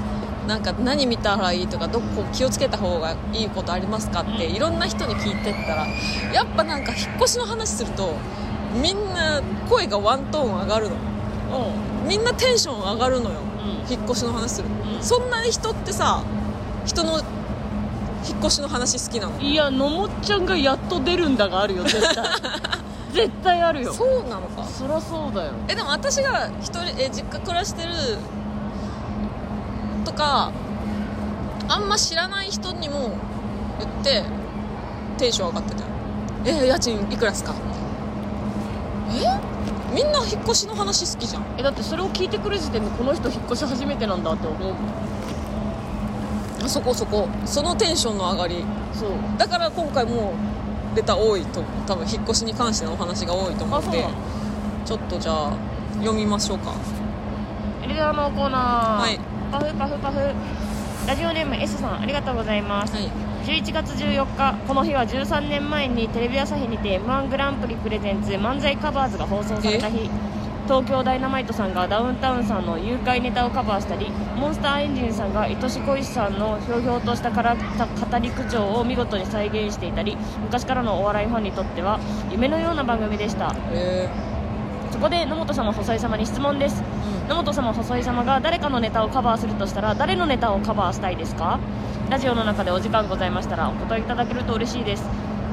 Speaker 2: なんか何見たらいいとかどこ気をつけた方がいいことありますかって
Speaker 1: うん
Speaker 2: いろんな人に聞いてったらやっぱなんか引っ越しの話するとみんな声がワントーン上がるのみんなテンション上がるのよ
Speaker 1: ん
Speaker 2: 引っ越しの話する
Speaker 1: うん
Speaker 2: そんな人ってさ人の引っ越しの話好きなの
Speaker 1: うんいやのもっちゃんがやっと出るんだがあるよ絶 対絶対あるよそ
Speaker 2: そうなの
Speaker 1: り
Speaker 2: か
Speaker 1: ゃそうだよ
Speaker 2: えでも私が一人え実家暮らしてるとかあんま知らない人にも言ってテンション上がってたよえ家賃いくらですかえみんな引っ越しの話好きじゃん
Speaker 1: えだってそれを聞いてくる時点でこの人引っ越し初めてなんだって思う
Speaker 2: あそこそこそのテンションの上がり
Speaker 1: そう
Speaker 2: だから今回もうレター多いと思う多分引っ越しに関してのお話が多いと思
Speaker 1: あ
Speaker 2: っ
Speaker 1: そう
Speaker 2: て
Speaker 1: なの
Speaker 2: ちょっとじゃあ読みましょうか
Speaker 1: レターのコーナー
Speaker 2: はい
Speaker 1: パフパフパフラジオネーム S さんありがとうございます
Speaker 2: はい
Speaker 1: 11月14日この日は13年前にテレビ朝日にて m 1グランプリプレゼンツ漫才カバーズが放送された日東京ダイナマイトさんがダウンタウンさんの誘拐ネタをカバーしたりモンスターエンジンさんが愛し恋しさんのひょうひょうとしたからた語り口調を見事に再現していたり昔からのお笑いファンにとっては夢のような番組でした
Speaker 2: え
Speaker 1: そこで野本様細井様に質問です
Speaker 2: ーうん
Speaker 1: 野本様細井様が誰かのネタをカバーするとしたら誰のネタをカバーしたいですかラジオの中でお時間ございましたらお答えいただけると嬉しいです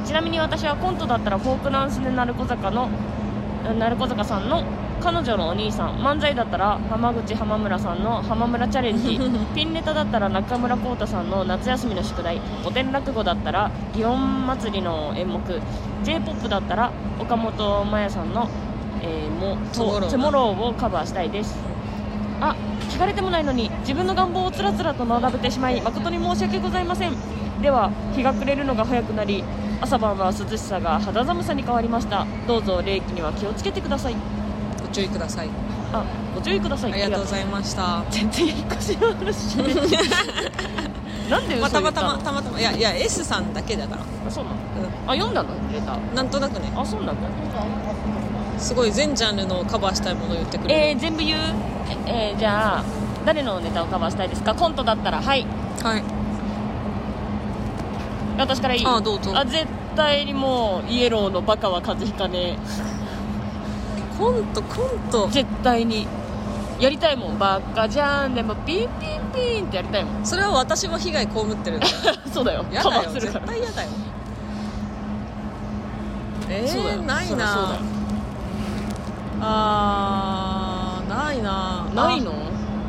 Speaker 1: ちなみに私はコントだったらフォークダンスで鳴子坂の鳴子坂さんの彼女のお兄さん漫才だったら浜口浜村さんの浜村チャレン ジピンネタだったら中村浩太さんの夏休みの宿題古典落語だったら祇園祭りの演目 j p o p だったら岡本真也さんの「えー、も
Speaker 2: トゥモローな
Speaker 1: トゥモロー」をカバーしたいですあ聞かれてもないのに自分の願望をつらつらと並べてしまい誠に申し訳ございませんでは日が暮れるのが早くなり朝晩は涼しさが肌寒さに変わりましたどうぞ冷気には気をつけてください
Speaker 2: ご注意ください
Speaker 1: あご注意ください
Speaker 2: ありがとうご
Speaker 1: い
Speaker 2: ざいました
Speaker 1: ます全然引っ越しの話じゃない なんで
Speaker 2: ま
Speaker 1: 嘘
Speaker 2: あ、た
Speaker 1: 言
Speaker 2: ま
Speaker 1: った
Speaker 2: た
Speaker 1: の、
Speaker 2: またまたまいやいや S さんだけだから、
Speaker 1: あそうなの
Speaker 2: う
Speaker 1: あ読んだのレター
Speaker 2: ん、なんとなくね
Speaker 1: あそうなんだ
Speaker 2: すごい全ジャンルのカバーしたいものを言ってくれ
Speaker 1: え
Speaker 2: る、
Speaker 1: ー、全部言うええー、じゃあ誰のネタをカバーしたいですかコントだったらはい
Speaker 2: はい
Speaker 1: 私からいい
Speaker 2: あどうぞ
Speaker 1: あ絶対にもうイエローのバカは風邪ひかね
Speaker 2: コントコン
Speaker 1: え
Speaker 2: ト
Speaker 1: 絶対にやりたいもんバカじゃんでもピンピンピンってやりたいもん
Speaker 2: それは私も被害被ってる
Speaker 1: そうだよ
Speaker 2: や
Speaker 1: カ
Speaker 2: だ
Speaker 1: バ
Speaker 2: よ
Speaker 1: ーするか
Speaker 2: 絶
Speaker 1: ら
Speaker 2: 対やだよえ
Speaker 1: そうだよ
Speaker 2: ー、ない
Speaker 1: そりゃそうだ
Speaker 2: な
Speaker 1: よ
Speaker 2: あーないな
Speaker 1: ないの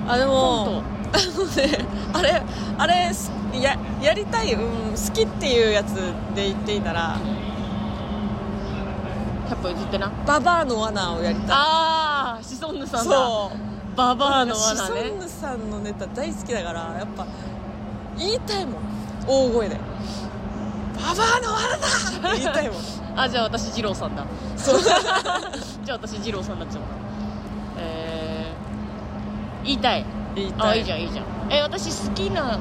Speaker 2: あで
Speaker 1: コ
Speaker 2: も
Speaker 1: ン
Speaker 2: あのねあれあれすややりたい、うん、好きっていうやつで言っていいなら
Speaker 1: ト100歩譲ってな
Speaker 2: ババアの罠をやりたい
Speaker 1: ああシソンヌさんだ
Speaker 2: そう
Speaker 1: ババアの
Speaker 2: シ
Speaker 1: 罠
Speaker 2: ソ
Speaker 1: ね
Speaker 2: ンヌさんのネタ大好きだからやっぱ言いたいもん大声で「ババアの罠だ!」って言いたいもん
Speaker 1: あじゃあ私二郎さんだ
Speaker 2: そ う
Speaker 1: じゃあ私二郎さんになっちゃうなえー、言いたい
Speaker 2: 言いた
Speaker 1: あ
Speaker 2: い
Speaker 1: いいじゃんいいじゃんえ私好きな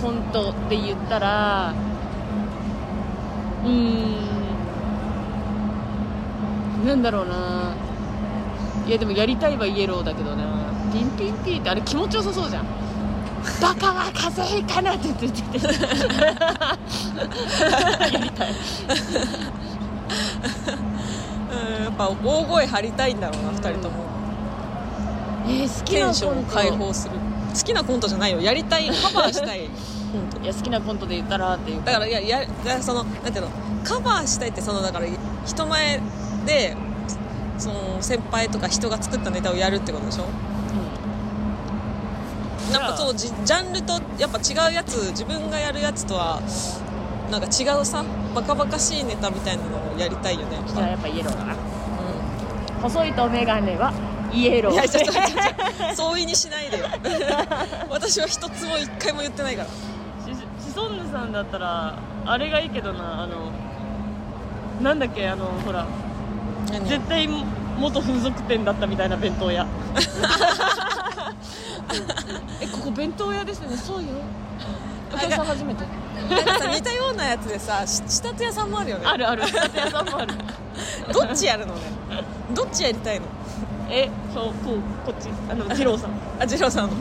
Speaker 1: コントって言ったらうーんなんだろうないやでもやりたいはイエローだけどなピンピンピンってあれ気持ちよさ そうじゃんバカは風邪ひかなって言っててやりたい
Speaker 2: うんやっぱ大声張りたいんだろうな2人とも、
Speaker 1: えー好き
Speaker 2: テ
Speaker 1: な
Speaker 2: ンショ
Speaker 1: コ
Speaker 2: ンを
Speaker 1: ン
Speaker 2: 解
Speaker 1: ト
Speaker 2: 放する好きなコントじゃないよやりたいカバーし たい
Speaker 1: いや好きなコントで言ったらっていう
Speaker 2: だからいややだからそのなんていうのカバーしたいってそのだから人前でその先輩とか人が作ったネタをやるってことでしょなんかそうジジャンルとやっぱ違うやつ自分がやるやつとはなんか違うさバカバカしいネタみたいなのをやりたいよねやっ
Speaker 1: じゃあ
Speaker 2: ぱ
Speaker 1: やっぱイエローだな細いとメガネはイエ
Speaker 2: う
Speaker 1: ロ
Speaker 2: ん、い
Speaker 1: ー
Speaker 2: やちょっとちょっとちょっと相違にしないでよ 私は一つも一回も言ってないから
Speaker 1: シシソンヌさんだったらあれがいいけどなあのなんだっけあのほら
Speaker 2: 何
Speaker 1: 絶対元風俗店だったみたいな弁当屋 えここ弁当屋ですねそうよお客さん初めて
Speaker 2: なんかさ似たようなやつでさし仕立て屋さんもあるよね
Speaker 1: あるある仕立て屋さんもある
Speaker 2: どっちやるのねどっちやりたいの
Speaker 1: えそうこうこっちあの二郎さん
Speaker 2: あ次郎さんの方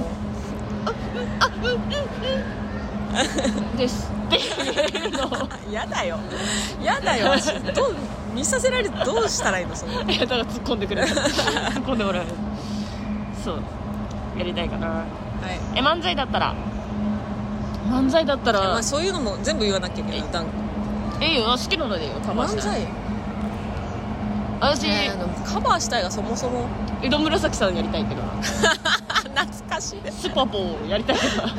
Speaker 1: ですっていうのを
Speaker 2: やだよやだよ私どう見させられてどうしたらいいのその
Speaker 1: いやだから突っ込んでくれる突っ込んでもらえるそうやりたいかな
Speaker 2: はい
Speaker 1: え漫才だったら漫才だった
Speaker 2: ま
Speaker 1: ら
Speaker 2: あ、そういうのも全部言わなきゃいけない段
Speaker 1: えいいよ好きなのでいいよカバー
Speaker 2: 漫
Speaker 1: したい
Speaker 2: 才
Speaker 1: 私、
Speaker 2: ねあのカバーしたいがそもそも
Speaker 1: 井戸紫さんやりたいけど な
Speaker 2: 懐かしい
Speaker 1: スパポーやりたいけどな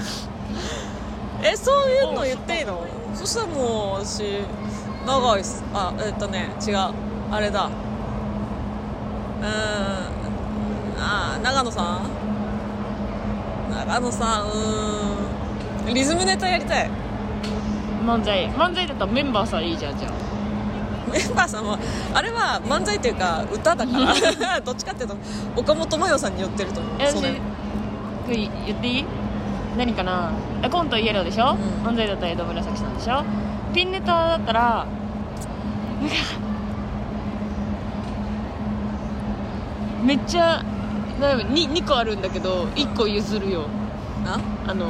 Speaker 2: えそういうの言っていいのそしたらもう私長いっすあえっとね違うあれだうーんあー長野さん長野さんうーんリズムネタやりたい
Speaker 1: 漫才漫才だったらメンバーさんいいじゃんじゃあ
Speaker 2: メンバーさんもあれは漫才っていうか歌だから どっちかっていうと岡本真代さんに寄ってると思う
Speaker 1: え
Speaker 2: そ
Speaker 1: 私
Speaker 2: れ
Speaker 1: い言っていい何かなえコントイエローでしょ、
Speaker 2: ん
Speaker 1: 漫才だったら江戸紫さんでしょピンネタだったらなんかめっちゃなんか 2, 2個あるんだけど1個譲るよ
Speaker 2: あ
Speaker 1: あの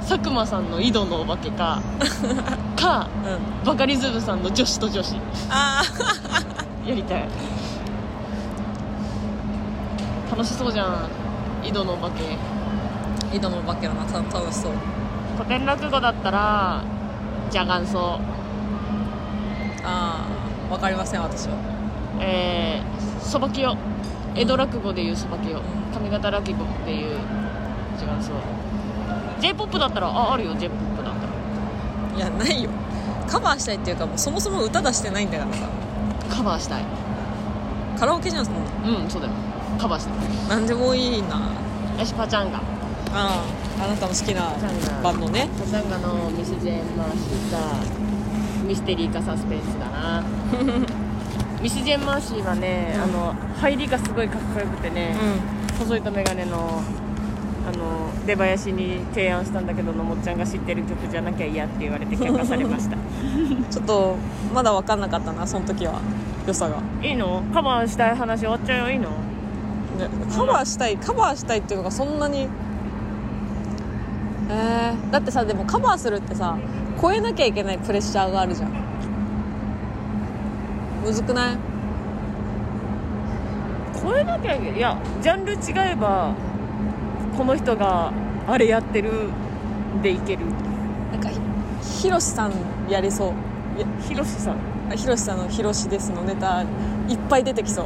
Speaker 1: 佐久間さんの井戸のお化けか か
Speaker 2: うん
Speaker 1: バカリズムさんの女子と女子
Speaker 2: あ
Speaker 1: やりたい楽しそうじゃん井戸のお化け
Speaker 2: ー井戸のお化けだなた楽しそう
Speaker 1: 古典落語だったらじゃがんそ
Speaker 2: ああわかりません私は
Speaker 1: うえーそばきよ江戸落語でいうそばきよ上方落語でいうじゃがんそう j p o p だったらああるよ j p o p だったら
Speaker 2: いやないよカバーしたいっていうかもうそもそも歌出してないんだからさ
Speaker 1: カバーしたい
Speaker 2: カラオケじゃんそんな
Speaker 1: うんそうだよカバーしたい
Speaker 2: 何でもいいな
Speaker 1: 私パチャンガ
Speaker 2: あああなたの好きなバンドね
Speaker 1: パチャンガのミスジェンマーシーかミステリーかサスペンスだなミスジェンマーシーはね、あの入りがすごいかっこよくてね、
Speaker 2: う
Speaker 1: 細いとメガネのあの出囃子に提案したんだけどのもっちゃんが知ってる曲じゃなきゃ嫌って言われて却下されました
Speaker 2: んちょっとまだ分かんなかったなその時は良さが
Speaker 1: いいのカバーしたい話終わっちゃうよいいの
Speaker 2: ねカバーしたいカバーしたいっていうのがそんなにえー、だってさでもカバーするってさ超えなきゃいけないプレッシャーがあるじゃんむずくない
Speaker 1: 超えなきゃいけないいやジャンル違えばこの人があれやってるでいける
Speaker 2: なんかひひろしさんやりそういや
Speaker 1: ヒロシさん
Speaker 2: ひろしさんの「ひろしです」のネタいっぱい出てきそう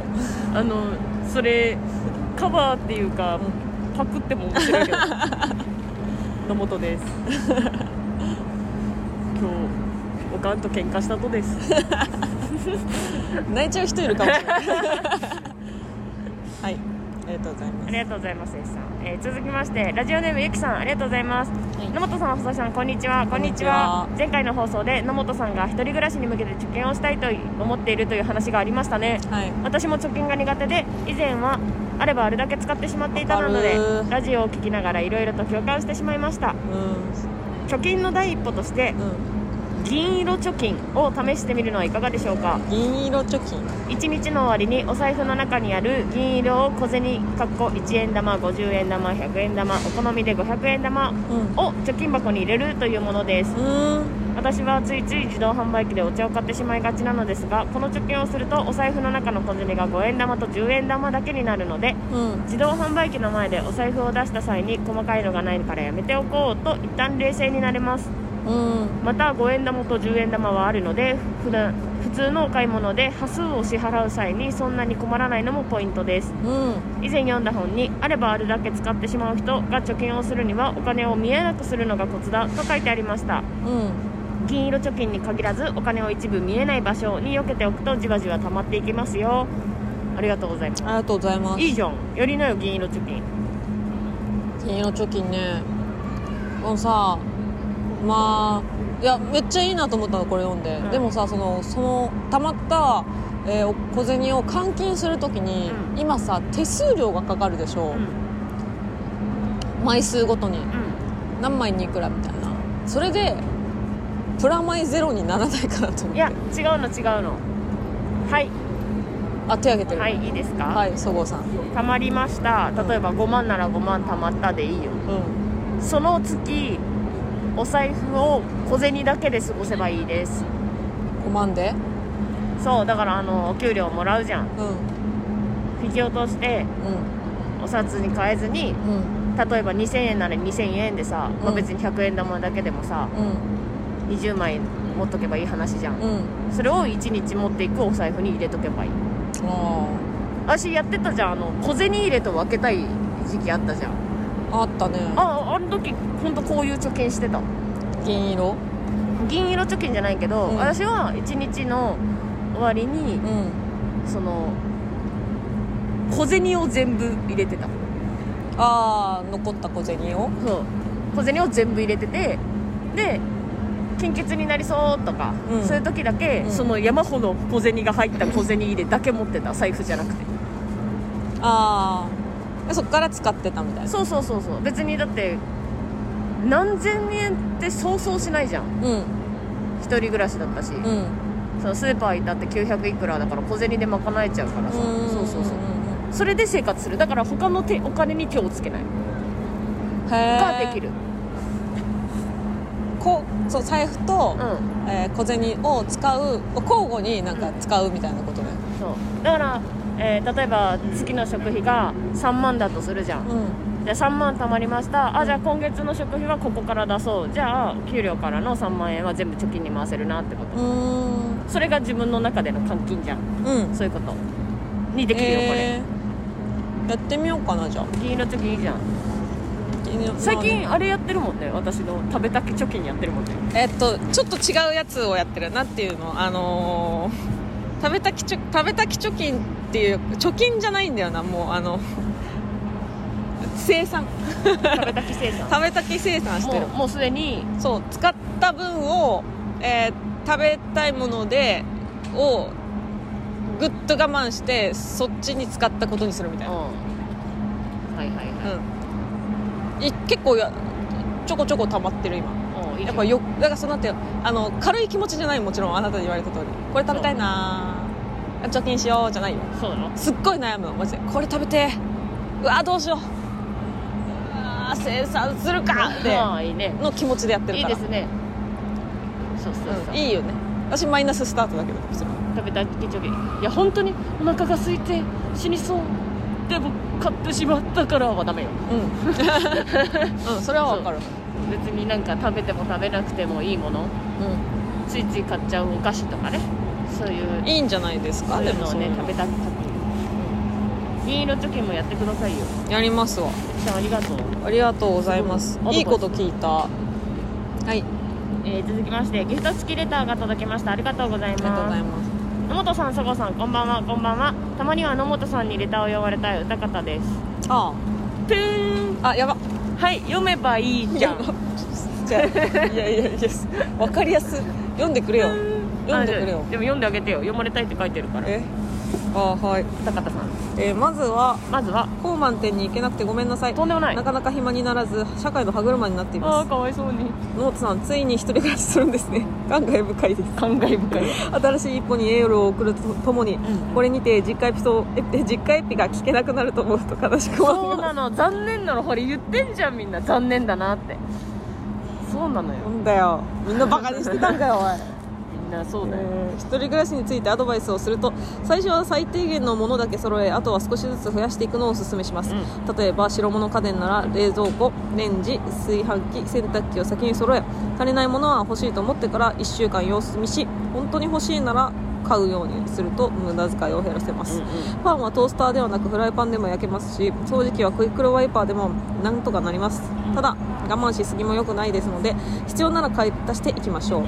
Speaker 1: あのそれカバーっていうかパクっても面白いけ ど野本です今日おかんと喧嘩したとです
Speaker 2: 泣いちゃう人いるかもしれないはいありがとうございま
Speaker 1: あ
Speaker 2: す
Speaker 1: りがとうございます、エシさん。えー続きまして、ラジオネームゆきさん、ありがとうございます。
Speaker 2: い
Speaker 1: 野本さん、細井さん、こんにちは。
Speaker 2: こんにちは
Speaker 1: 前回の放送で、野本さんが一人暮らしに向けて貯金をしたいと思っているという話がありましたね。
Speaker 2: はい
Speaker 1: 私も貯金が苦手で、以前はあればあるだけ使ってしまっていたの
Speaker 2: わ
Speaker 1: で
Speaker 2: かる、
Speaker 1: ラジオを聞きながらいろいろと共感してしまいました。
Speaker 2: う
Speaker 1: 貯金の第一歩として、
Speaker 2: んうん
Speaker 1: 銀色貯金を試してみるのはいかがでしょうか。
Speaker 2: 銀色貯金
Speaker 1: 1日の終わりにお財布の中にある銀色を小銭かっこ1円玉50円玉100円玉お好みで500円玉
Speaker 2: うん
Speaker 1: を貯金箱に入れるというものです
Speaker 2: うん
Speaker 1: 私はついつい自動販売機でお茶を買ってしまいがちなのですがこの貯金をするとお財布の中の小銭が5円玉と10円玉だけになるので
Speaker 2: うん
Speaker 1: 自動販売機の前でお財布を出した際に細かいのがないからやめておこうと一旦冷静になれます
Speaker 2: うん
Speaker 1: また5円玉と10円玉はあるので普段普通のお買い物で端数を支払う際にそんなに困らないのもポイントです
Speaker 2: うん
Speaker 1: 以前読んだ本にあればあるだけ使ってしまう人が貯金をするにはお金を見えなくするのがコツだと書いてありました
Speaker 2: うん
Speaker 1: 銀色貯金に限らずお金を一部見えない場所に避けておくとじわじわ溜まっていきますよありがとうございます
Speaker 2: ありがとうございます
Speaker 1: いいじゃんよりのよ銀色貯金
Speaker 2: 金色貯金ねもうさまあいやめっちゃいいなと思ったのこれ読んで、
Speaker 1: うん
Speaker 2: でもさそのそのたまった、えーお小銭を換金するときに、
Speaker 1: うん
Speaker 2: 今さ手数料がかかるでしょ
Speaker 1: う、ん
Speaker 2: 枚数ごとに
Speaker 1: う
Speaker 2: 何枚にいくらみたいなそれでプラマイゼロにならないかなと思
Speaker 1: んい
Speaker 2: って
Speaker 1: や違うの違うのはい
Speaker 2: あ手挙げてる
Speaker 1: はいいいですか、
Speaker 2: はいそごうさんう
Speaker 1: 貯まりました例えば5万なら5万貯まったでいいよ
Speaker 2: ん
Speaker 1: その月お財布を小銭だけで過ごせばいいです
Speaker 2: 5万で
Speaker 1: そうだからあのお給料もらうじゃん
Speaker 2: うん
Speaker 1: 引き落として
Speaker 2: う
Speaker 1: お札に変えずに
Speaker 2: んうん
Speaker 1: 例えば2000円なら2000円でさ、まあ
Speaker 2: うん
Speaker 1: 別に100円玉だけでもさ
Speaker 2: うん
Speaker 1: 20枚持っとけばいい話じゃん、
Speaker 2: うん
Speaker 1: それを1日持っていくお財布に入れとけばいい
Speaker 2: あ
Speaker 1: 私やってたじゃんあの小銭入れと分けたい時期あったじゃん
Speaker 2: ああったね
Speaker 1: ああの時本当こういう貯金してた
Speaker 2: 銀色
Speaker 1: 銀色貯金じゃないけど、
Speaker 2: うん
Speaker 1: 私は1日の終わりに
Speaker 2: うん
Speaker 1: その小銭を全部入れてた
Speaker 2: ああ残った小銭を
Speaker 1: そう小銭を全部入れててで金欠になりそうとか、
Speaker 2: うん
Speaker 1: そういう時だけ、
Speaker 2: うん
Speaker 1: その山ほど小銭が入った小銭入れだけ持ってた財布じゃなくて
Speaker 2: ああそっから使ってたみたいな
Speaker 1: そうそうそうそう別にだって何千円ってそうそうしないじゃん
Speaker 2: うん
Speaker 1: 一人暮らしだったし、
Speaker 2: うん
Speaker 1: そのスーパー行ったって900いくらだから小銭で賄えちゃうからさ
Speaker 2: うん
Speaker 1: そうそうそうんそれで生活するだから他の手お金に手をつけない
Speaker 2: へえ
Speaker 1: ができる、
Speaker 2: こうそう財布と、
Speaker 1: うん
Speaker 2: えー小銭を使う交互になんか使うみたいなことね
Speaker 1: そうだから、えー例えば月の食費が3万だとするじゃん
Speaker 2: うん
Speaker 1: じゃあ3万貯まりましたあじゃあ今月の食費はここから出そうじゃあ給料からの3万円は全部貯金に回せるなってこと
Speaker 2: うん
Speaker 1: それが自分の中での換金じゃん
Speaker 2: うん
Speaker 1: そういうことにできるよ、
Speaker 2: えーやってみようかなじゃあ
Speaker 1: これ銀の貯金いいじゃん
Speaker 2: 銀色
Speaker 1: 最
Speaker 2: ま
Speaker 1: 近あれやってるもんね私の食べたけ貯金やってるもんね
Speaker 2: あねえっとちょっと違うやつをやってるなっていうのあのー食べたきちょ食べたき貯金っていう貯金じゃないんだよなもうあの生産
Speaker 1: 食べたけ生産
Speaker 2: 食べたき生産し
Speaker 1: も
Speaker 2: てる
Speaker 1: うもうすでに
Speaker 2: そう使った分を、えー食べたいものでをぐっと我慢してそっちに使ったことにするみたい
Speaker 1: うん
Speaker 2: な、
Speaker 1: はいはいはい、
Speaker 2: うん、い結構やちょこちょこ溜まってる今
Speaker 1: うんいいじ
Speaker 2: や
Speaker 1: ゃ
Speaker 2: っ
Speaker 1: ん
Speaker 2: ぱよだからそうなってあの軽い気持ちじゃないもちろんあなたに言われた通りこれ食べたいなあ貯金しようじゃないよ
Speaker 1: そうだろ
Speaker 2: すっごい悩むのマジでこれ食べてえうわどうしよううわ生産するかっ
Speaker 1: あいいね
Speaker 2: ての気持ちでやってる
Speaker 1: い
Speaker 2: か
Speaker 1: い
Speaker 2: ら
Speaker 1: ですねそうそうそう、
Speaker 2: うんいいよね私マイナススタートだけど別に
Speaker 1: 食べたきちょびいや本当にお腹が空いて死にそうでも買ってしまったからはダメよ
Speaker 2: うんうんそれはわかる
Speaker 1: 別になんか食べても食べなくてもいいもの
Speaker 2: う、、
Speaker 1: ついつい買っちゃうお菓子とかねそういうん
Speaker 2: いいんじゃないですか
Speaker 1: そう
Speaker 2: で
Speaker 1: いう
Speaker 2: も
Speaker 1: のを
Speaker 2: そうい
Speaker 1: ね
Speaker 2: うの
Speaker 1: 食べたく買って銀色貯金もやってくださいよ
Speaker 2: やりますわ
Speaker 1: ゆきさんありがとう、
Speaker 2: ありがとうございます
Speaker 1: うん
Speaker 2: いいこと聞いたはい
Speaker 1: えー続きましてギフト付きレターが届きましたありがとうござい
Speaker 2: あ
Speaker 1: ます
Speaker 2: りがとうございます
Speaker 1: 野本さん、佐合さん、こんばんは、こんばんは。たまには野本さんにレターを呼ばれたい歌方です。
Speaker 2: あ
Speaker 1: ぷーん。
Speaker 2: ああやば
Speaker 1: はい、読めばいいじゃん。
Speaker 2: やばじゃあいやいやいやわかりやすい読んでくれよ読んでくれ
Speaker 1: あ
Speaker 2: よ
Speaker 1: でも読んであげてよ。読まれたいって書いてるから。
Speaker 2: えあはい、
Speaker 1: 歌方さん。
Speaker 2: えーまずは
Speaker 1: まずは、
Speaker 2: 高満点に行けなくてごめんなさい
Speaker 1: とんでもない。
Speaker 2: な
Speaker 1: あ
Speaker 2: かなか暇にならず社会の歯車になってい
Speaker 1: あ
Speaker 2: ま
Speaker 1: ー、
Speaker 2: す
Speaker 1: かわいそうに。
Speaker 2: ノートさんついに一人暮らしするんですね 感慨深いです
Speaker 1: 感慨深い。
Speaker 2: 新しい一歩にエールを送るとともに、
Speaker 1: ん
Speaker 2: これにて実家エピソードえ実家エピが聞けなくなると思うと悲しく思
Speaker 1: そう
Speaker 2: いま
Speaker 1: なの、残念なの。ほれ、言ってんじゃん、みんな。残念だなって。そうなのよ
Speaker 2: んだよみんなバカにしてたんかよおい
Speaker 1: みんなそうだよ、
Speaker 2: えー一人暮らしについてアドバイスをすると最初は最低限のものだけ揃えあとは少しずつ増やしていくのをおすすめします、例えば白物家電なら冷蔵庫レンジ炊飯器洗濯機を先に揃え足りないものは欲しいと思ってから1週間様子見し本当に欲しいなら買うようにすると無駄遣いを減らせます、
Speaker 1: う
Speaker 2: パンはトースターではなくフライパンでも焼けますし掃除機はクイックルワイパーでもなんとかなりますただ我慢しすぎも良くないですので必要なら買い足していきましょう、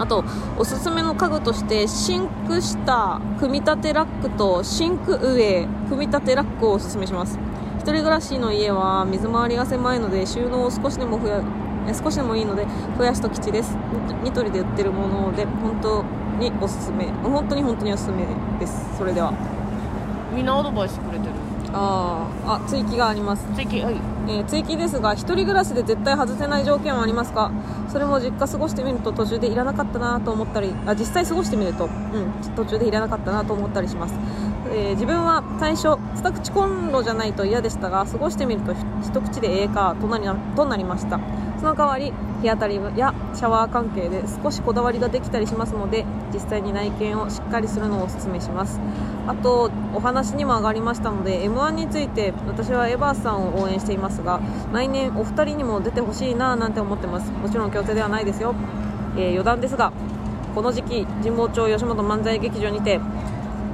Speaker 2: あとおすすめの家具としてシンク下組み立てラックとシンク上組み立てラックをおすすめします一人暮らしの家は水回りが狭いので収納を少しでも増やえ少しでもいいので増やしと吉ですニニトリで売ってるもので本当におすすめ本当に本当におすすめですそれでは
Speaker 1: ん、みんなアドバイスくれてる
Speaker 2: あーあ追記があります
Speaker 1: 最近はい
Speaker 2: えー追記ですが一人暮らしで絶対外せない条件はありますかそれも実家過ごしてみると途中でいらなかったなと思ったりあ実際過ごしてみると、うん、途中でいらなかったなと思ったりします、えー自分は最初二口コンロじゃないと嫌でしたが過ごしてみるとひ一口でええかとなりなとなりましたその代わり日当たりやシャワー関係で少しこだわりができたりしますので実際に内見をしっかりするのをお勧めしますあとお話にも上がりましたので m 1について私はエバーさんを応援していますが来年お二人にも出てほしいなぁなんて思ってますもちろん強制ではないですよ、えー余談ですがこの時期神保町吉本漫才劇場にて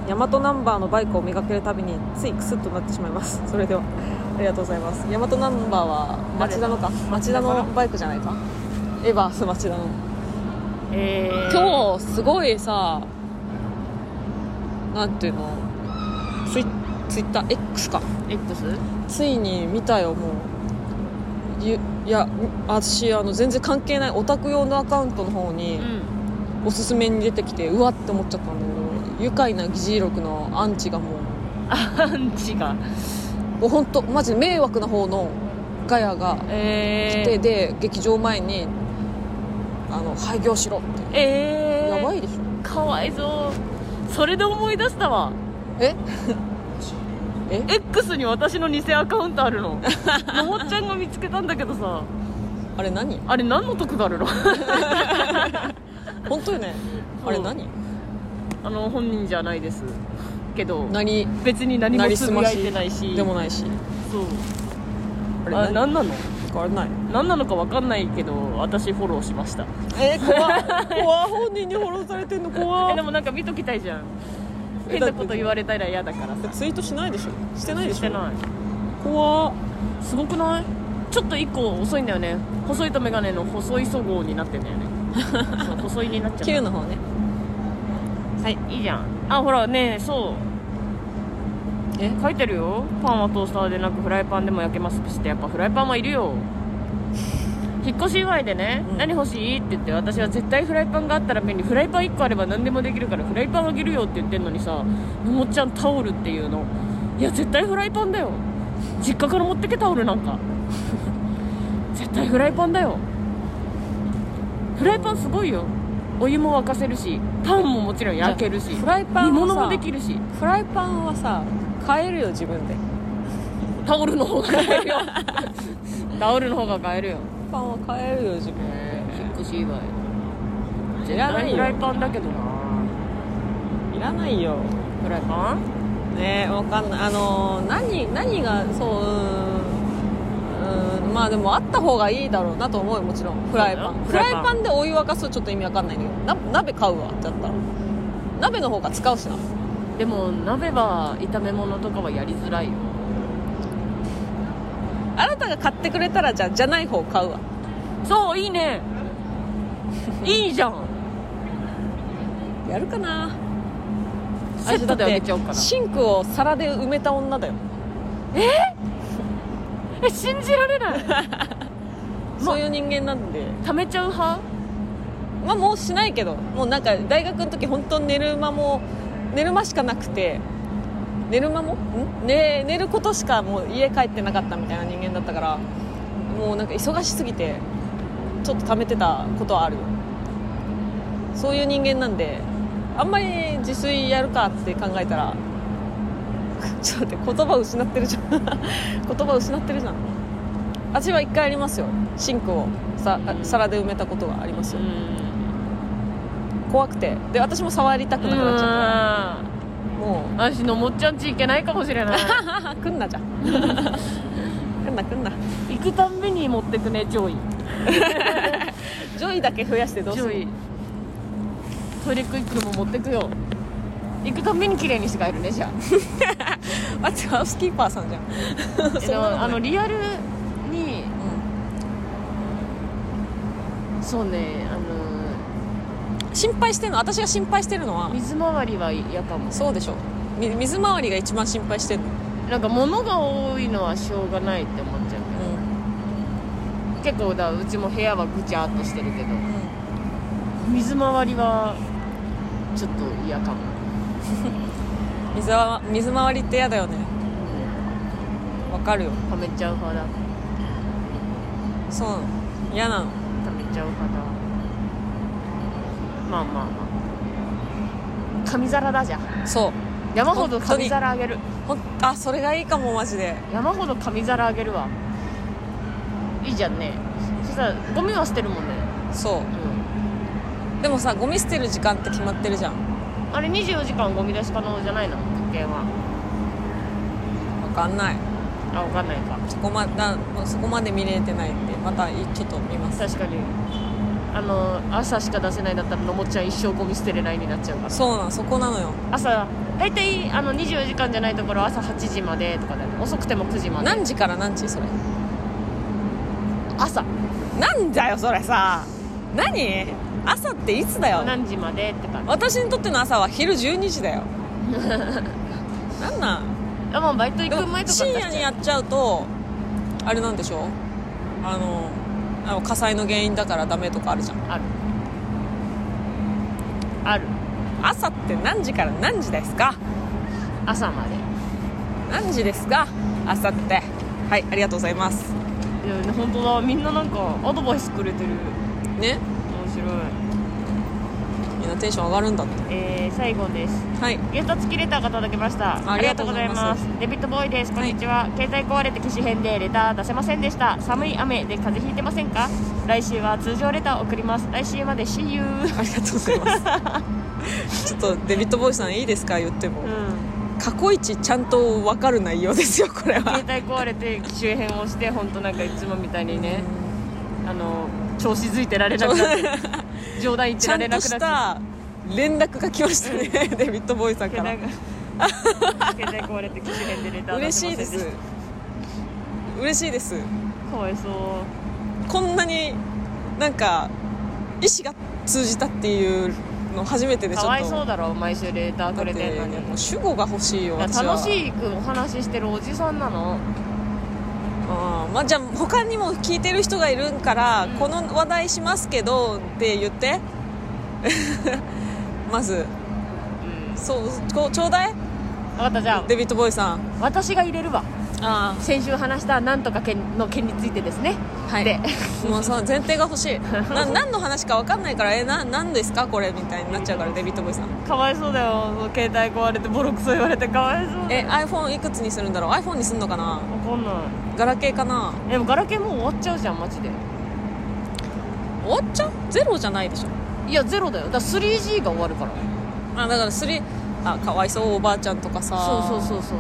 Speaker 2: 大和ナンバーのバイクを見かけるたびについクスッとなってしまいますそれではありがとうございます大和ナンバーは町田のか町田のバイクじゃないかエバース町田の
Speaker 1: えー、
Speaker 2: 今日すごいさなんていうのツイツイッター X か
Speaker 1: X?
Speaker 2: ついに見たよもうゆいや私あの全然関係ないオタク用のアカウントの方に
Speaker 1: うん
Speaker 2: おすすめに出てきてうわって思っちゃったんだけど愉快な議事録のアンチがも
Speaker 1: アンチが
Speaker 2: うもう本当マジ迷惑な方のガヤが来
Speaker 1: え
Speaker 2: て、
Speaker 1: ー、
Speaker 2: で劇場前にあの廃業しろって、
Speaker 1: えー、
Speaker 2: やばいでしょ
Speaker 1: かわいそうそれで思い出したわ
Speaker 2: ええ
Speaker 1: X に私の偽アカウントある ののもっちゃんが見つけたんだけどさ
Speaker 2: あれ何
Speaker 1: あれ何の得がある の
Speaker 2: 本当よね
Speaker 1: そう
Speaker 2: あれ何
Speaker 1: あの本人じゃないですけど
Speaker 2: なり
Speaker 1: 別に何
Speaker 2: な
Speaker 1: も
Speaker 2: り
Speaker 1: つ
Speaker 2: す
Speaker 1: ぶ
Speaker 2: ま
Speaker 1: や
Speaker 2: し
Speaker 1: いてないし
Speaker 2: でもないし
Speaker 1: そう
Speaker 2: あれ
Speaker 1: あ
Speaker 2: 何
Speaker 1: 何なの
Speaker 2: あれない
Speaker 1: 何なのか分かんないけど私フォローしました
Speaker 2: えー、怖っ 怖っ本人にフォローされてんの怖
Speaker 1: えで
Speaker 2: っ
Speaker 1: もなんか見ときたいじゃん
Speaker 2: え
Speaker 1: 変なこと言われたら嫌だからさ
Speaker 2: ツイートしないでしょしてないでしょ
Speaker 1: してない
Speaker 2: 怖っ
Speaker 1: すごくないちょっと1個遅いんだよね細いと眼鏡の細いそごうになってんだよねそう細いになっちゃ
Speaker 2: Q
Speaker 1: う
Speaker 2: の方ね
Speaker 1: はいいいじゃんあほらねえそ
Speaker 2: え
Speaker 1: う書いてるよパンはトースターでなくフライパンでも焼けますってやっぱフライパンはいる よ引っ越し祝いでね、
Speaker 2: うん
Speaker 1: 何欲しいって言って私は絶対フライパンがあったら便利フライパン1個あれば何でもできるからフライパンあげるよって言ってんのにさのもっちゃんタオルっていうのいや絶対フライパンだよ実家から持ってけタオルなんか絶対フライパンだよフライパンすごいよお湯も沸かせるしパンももちろん焼けるし
Speaker 2: フライパンは
Speaker 1: 煮
Speaker 2: さ
Speaker 1: 物もできるし
Speaker 2: フライパンはさ買えるよ自分で
Speaker 1: タオルの方が買えるよ タオルの方が買えるよ
Speaker 2: パンは買えるよ自分
Speaker 1: 引っ越し祝い
Speaker 2: い
Speaker 1: 絶
Speaker 2: らな
Speaker 1: 対
Speaker 2: い
Speaker 1: フ
Speaker 2: よ
Speaker 1: ライパンだけどない
Speaker 2: らないよ
Speaker 1: フライパン
Speaker 2: ねえわかんないあのー何何がそううーんうーんまあでもあった方がいいだろうなと思うよもちろんフライパン
Speaker 1: そう
Speaker 2: フ
Speaker 1: だよ
Speaker 2: ライパンでお湯沸かすちょっと意味わかんないんだけどな鍋買うわだったら鍋の方が使うしな
Speaker 1: でも鍋は炒め物とかはやりづらいよ
Speaker 2: あなたが買ってくれたらじゃあじゃない方買うわ
Speaker 1: そういい ねいいじゃん
Speaker 2: やるかな
Speaker 1: セットであげちゃおうかな
Speaker 2: シンクを皿で埋めた女だよ、
Speaker 1: え信じられ ない
Speaker 2: そういう人間なんで
Speaker 1: 貯めちゃう派
Speaker 2: まあもうしないけどもうなんか大学の時本当寝る間も寝る間しかなくて寝る間もん、ね、寝ることしかもう家帰ってなかったみたいな人間だったからもうなんか忙しすぎてちょっと貯めてたことはあるよそういう人間なんであんまり自炊やるかって考えたら ちょっと待って 言葉失ってるじゃん言葉失ってるじゃん私は一回ありますよシンクをさ皿で埋めたことがあります
Speaker 1: う
Speaker 2: よ
Speaker 1: ん
Speaker 2: 怖くてで私も触りたくなくなっちゃったもう
Speaker 1: 私のもっちゃんち行けないかもしれない
Speaker 2: あ来んなじゃん来んな来んな
Speaker 1: 行くたんびに持ってくねジョイ
Speaker 2: ジョイだけ増やしてどう
Speaker 1: ジ
Speaker 2: する
Speaker 1: ョイトイレクイックルも持ってくよ行くたんびに綺麗にして帰るねじゃあ
Speaker 2: 待ってハウスキーパーさんじゃん
Speaker 1: で
Speaker 2: そんなことない
Speaker 1: もあのリアルに
Speaker 2: う
Speaker 1: そうねあの
Speaker 2: ん心配してるの私が心配してるのは
Speaker 1: 水回りは嫌かも
Speaker 2: そうでしょみ水回りが一番心配してるの、
Speaker 1: なんか物が多いのはしょうがないって思っちゃうけど結構だうちも部屋はぐちゃっとしてるけど水回りはちょっと嫌かも
Speaker 2: 水は水回りって嫌だよねわかるよ
Speaker 1: ためちゃう派だ
Speaker 2: そうなの嫌なの
Speaker 1: ためちゃう派だまあまあまあ紙皿だじゃん
Speaker 2: そう
Speaker 1: 山ほど紙皿あげる
Speaker 2: ほんあそれがいいかもマジで
Speaker 1: 山ほど紙皿あげるわいいじゃんねそしたらゴミは捨てるもんねう
Speaker 2: そ
Speaker 1: ん
Speaker 2: うでもさゴミ捨てる時間って決まってるじゃん
Speaker 1: あれ24時間ゴミ出し可能じゃないの時計は
Speaker 2: わかんない
Speaker 1: あ分かんないか
Speaker 2: そこまだそこまで見れてないんでまたいちょっと見ます
Speaker 1: 確かにあの朝しか出せないんだったらのもちゃん一生ゴミ捨てれないになっちゃうから
Speaker 2: そうなんそこなのよ
Speaker 1: 朝大体あの24時間じゃないところは朝8時までとかだよね遅くても9時まで
Speaker 2: 何時から何時それ
Speaker 1: 朝
Speaker 2: なんだよそれさ何朝っていつだよ
Speaker 1: 何時までって感じ
Speaker 2: 私にとっての朝は昼12時だよ なんなん
Speaker 1: あもうバイト
Speaker 2: で
Speaker 1: 行く
Speaker 2: も
Speaker 1: 前とか
Speaker 2: 深
Speaker 1: に出
Speaker 2: 夜
Speaker 1: し
Speaker 2: に
Speaker 1: ち
Speaker 2: や
Speaker 1: ゃう
Speaker 2: っちゃうとあれなんでしょあのあの火災の原因だからダメとかあるじゃん
Speaker 1: あるある
Speaker 2: 朝って何時から何時ですか
Speaker 1: 朝まで
Speaker 2: 何時ですか朝ってはいありがとうございます
Speaker 1: いや本当だみんななんかアドバイスくれてる面
Speaker 2: ね
Speaker 1: 白い
Speaker 2: みんなテンション上がるんだって
Speaker 1: えー、最後です
Speaker 2: はい
Speaker 1: ゲスト付きレターが届きました
Speaker 2: ありがとうございます
Speaker 1: ありがとうござデビットボーイですこんにちは、携帯壊れて機種変でレター出せませんでした寒い雨で風邪ひいてませんか来週は通常レター送ります来週まで See you
Speaker 2: ありがとうございますちょっとデビッド・ボーイさんいいですか言っても、
Speaker 1: うん
Speaker 2: 過去一ちゃんと分かる内容ですよこれは
Speaker 1: 携帯壊れて機種変をして本当なんかいつもみたいに ね
Speaker 2: う
Speaker 1: あの調子づいてられなくな って冗談言
Speaker 2: ん
Speaker 1: って
Speaker 2: ちゃ
Speaker 1: られ
Speaker 2: ん
Speaker 1: な
Speaker 2: と
Speaker 1: くな
Speaker 2: し
Speaker 1: って
Speaker 2: た連絡が来ましたねデビッド・ボーイさんか
Speaker 1: 携
Speaker 2: ら
Speaker 1: 帯が携帯壊れて機種変でレター出
Speaker 2: 嬉
Speaker 1: せ
Speaker 2: し
Speaker 1: ませんでした
Speaker 2: いです嬉しいです
Speaker 1: かわいそう
Speaker 2: こんなになんか意思が通じたっていうの初めてでち
Speaker 1: か
Speaker 2: ょっと
Speaker 1: わいそうだろ毎週レーター
Speaker 2: だ
Speaker 1: く
Speaker 2: っ
Speaker 1: れ
Speaker 2: て
Speaker 1: てんのに
Speaker 2: もう主語が欲しいよ
Speaker 1: いや
Speaker 2: 私は
Speaker 1: 楽しくお話ししてるおじさんなの
Speaker 2: あーまあ、じゃあ他にも聞いてる人がいるから、
Speaker 1: うん
Speaker 2: この話題しますけどって言って まず
Speaker 1: うん
Speaker 2: そうこうちょうだい
Speaker 1: 分かったじゃあ
Speaker 2: デビッド・ボーイさん
Speaker 1: 私が入れるわ
Speaker 2: あ
Speaker 1: 先週話したなんとか件の件についてですね
Speaker 2: はい
Speaker 1: で
Speaker 2: もうその前提が欲しい な何の話か分かんないからえな何ですかこれみたいになっちゃうからデビッド・ボーイさん
Speaker 1: かわいそうだよ携帯壊れてボロクソ言われてかわいそう
Speaker 2: え iPhone いくつにするんだろう iPhone にすんのかな
Speaker 1: わかんな
Speaker 2: ガラケーかない
Speaker 1: でもガラケーもう終わっちゃうじゃんマジで
Speaker 2: 終わっちゃうゼロじゃないでしょ
Speaker 1: いやゼロだよだから 3G が終わるから
Speaker 2: あだから3あかわいそうおばあちゃんとかさ
Speaker 1: そうそうそうそうそう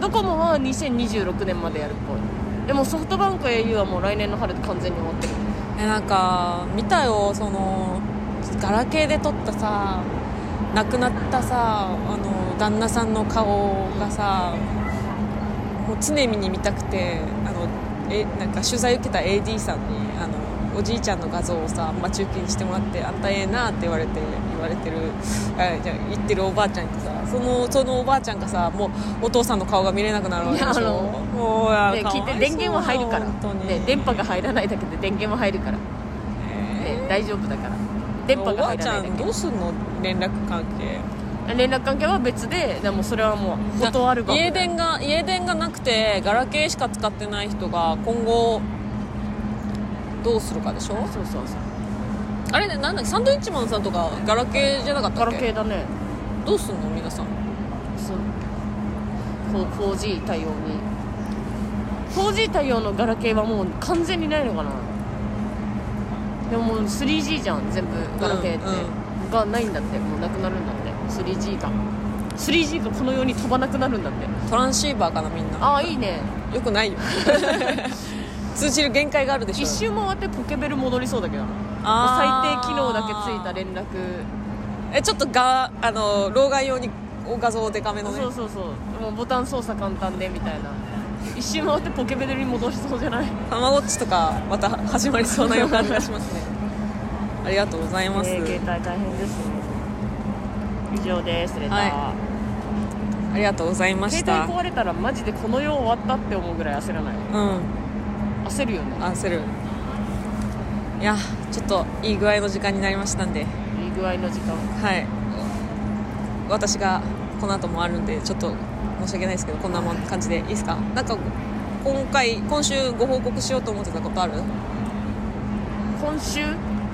Speaker 1: ドコモは2026年までやるっぽいでもソフトバンク au はもう来年の春で完全に終わってる
Speaker 2: えなんか見たよそのガラケーで撮ったさ亡くなったさあの旦那さんの顔がさもう常に見たくてあのえなんか取材受けた AD さんにあのおじいちゃんの画像をさ待ち受けにしてもらって「あんたええな」って言われて言われてるあじゃあ言ってるおばあちゃんにさそのそのおばあちゃんがさもうお父さんの顔が見れなくなるわけでし
Speaker 1: いやあ
Speaker 2: ょ
Speaker 1: の
Speaker 2: もうあ
Speaker 1: で
Speaker 2: かわい
Speaker 1: 聞い
Speaker 2: そ
Speaker 1: うて電源は入るから
Speaker 2: 本当に
Speaker 1: で電波が入らないだけで電源は入るから、ね大丈夫だから電波が入らない
Speaker 2: おばあちゃん
Speaker 1: だ
Speaker 2: どうすんの連絡関係
Speaker 1: け連絡関係は別ででもそれはもうフォトアルバム
Speaker 2: 家電が家電がなくてガラケーしか使ってない人が今後どうするかでしょ
Speaker 1: そうそうそう
Speaker 2: あれねなんだっけサンドウィッチマンさんとかガラケーじゃなかった
Speaker 1: ガラ
Speaker 2: っけ
Speaker 1: ケーだね
Speaker 2: どうすんの皆さん
Speaker 1: そうこう 4G 対応に 4G 対応のガラケーはもう完全にないのかなでももう 3G じゃん全部ガラケーって、
Speaker 2: うん
Speaker 1: がないんだってもうなくなるんだって 3G が 3G がこの世に飛ばなくなるんだって
Speaker 2: トランシーバーかなみんな
Speaker 1: ああいいね
Speaker 2: よくないよ通じる限界があるでしょ
Speaker 1: 一周回ってポケベル戻りそうだけどな最
Speaker 2: あー
Speaker 1: 低機能だけついた連絡
Speaker 2: えちょっとがあの老眼用にお画像でかめのね
Speaker 1: そうそうそうもうボタン操作簡単でみたいな一周回ってポケベルに戻しそうじゃない
Speaker 2: たまごっちとかまた始まりそうな予感がしますねありがとうございます、
Speaker 1: えー携帯大変ですね以上ですレター、
Speaker 2: はありがとうございまし
Speaker 1: 携
Speaker 2: た
Speaker 1: 帯壊れたらマジでこの世終わったって思うぐらい焦らない
Speaker 2: うん
Speaker 1: 焦るよね
Speaker 2: 焦るいやちょっといい具合の時間になりましたん
Speaker 1: い
Speaker 2: で
Speaker 1: い具合の時間
Speaker 2: はい私がこの後もあるんでちょっと申し訳ないですけどこんなもん感じでいいですかなんか今回今週ご報告しようと思ってたことある
Speaker 1: 今週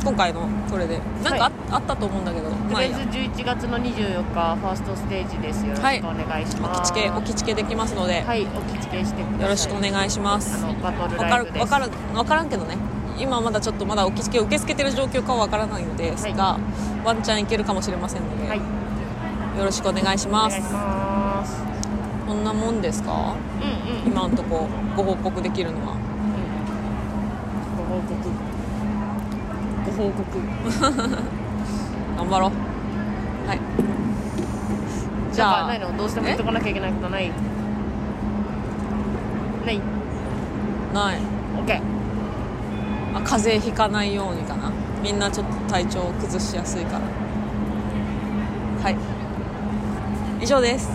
Speaker 2: 今回のそれでなんかあ,、あったと思うんだけど
Speaker 1: と
Speaker 2: まあ
Speaker 1: りあ
Speaker 2: い
Speaker 1: え
Speaker 2: い
Speaker 1: ず
Speaker 2: や
Speaker 1: 11月の24日ファーストステージですよろしくお
Speaker 2: はい
Speaker 1: 願いし
Speaker 2: お
Speaker 1: ま
Speaker 2: 聞
Speaker 1: す
Speaker 2: きけお聞きけできますので、
Speaker 1: はいお聞きけしてください
Speaker 2: よろしくお願いします
Speaker 1: あのバトル
Speaker 2: わか
Speaker 1: ライ
Speaker 2: る
Speaker 1: ブです
Speaker 2: わかるわからんけどね今まだちょっとまだお気付け受け付けてる状況かはわからないのですが、ワンチャンいけるかもしれませんので、
Speaker 1: はい
Speaker 2: よろしくお願いし
Speaker 1: お
Speaker 2: ま
Speaker 1: 願い
Speaker 2: す
Speaker 1: します
Speaker 2: こんなもんですか
Speaker 1: うんうん
Speaker 2: 今のとこご報告できるのは
Speaker 1: うんご報告ご報告
Speaker 2: 頑張ろうはいじ
Speaker 1: じゃ
Speaker 2: ゃ
Speaker 1: あ
Speaker 2: あ
Speaker 1: ないのどうしても言っとかなきゃいけないことないない
Speaker 2: ない
Speaker 1: OK
Speaker 2: あ風邪ひかないようにかなみんなちょっと体調を崩しやすいからはい以上です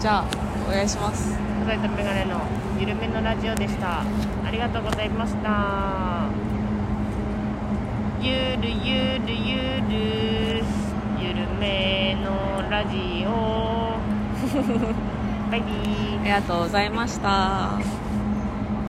Speaker 2: じゃあお願いします
Speaker 1: サイトメガネのゆるめのラジオでしたありがとうございましたゆるゆるゆるゆるめの ラジオバイビー
Speaker 2: ありがとうございました。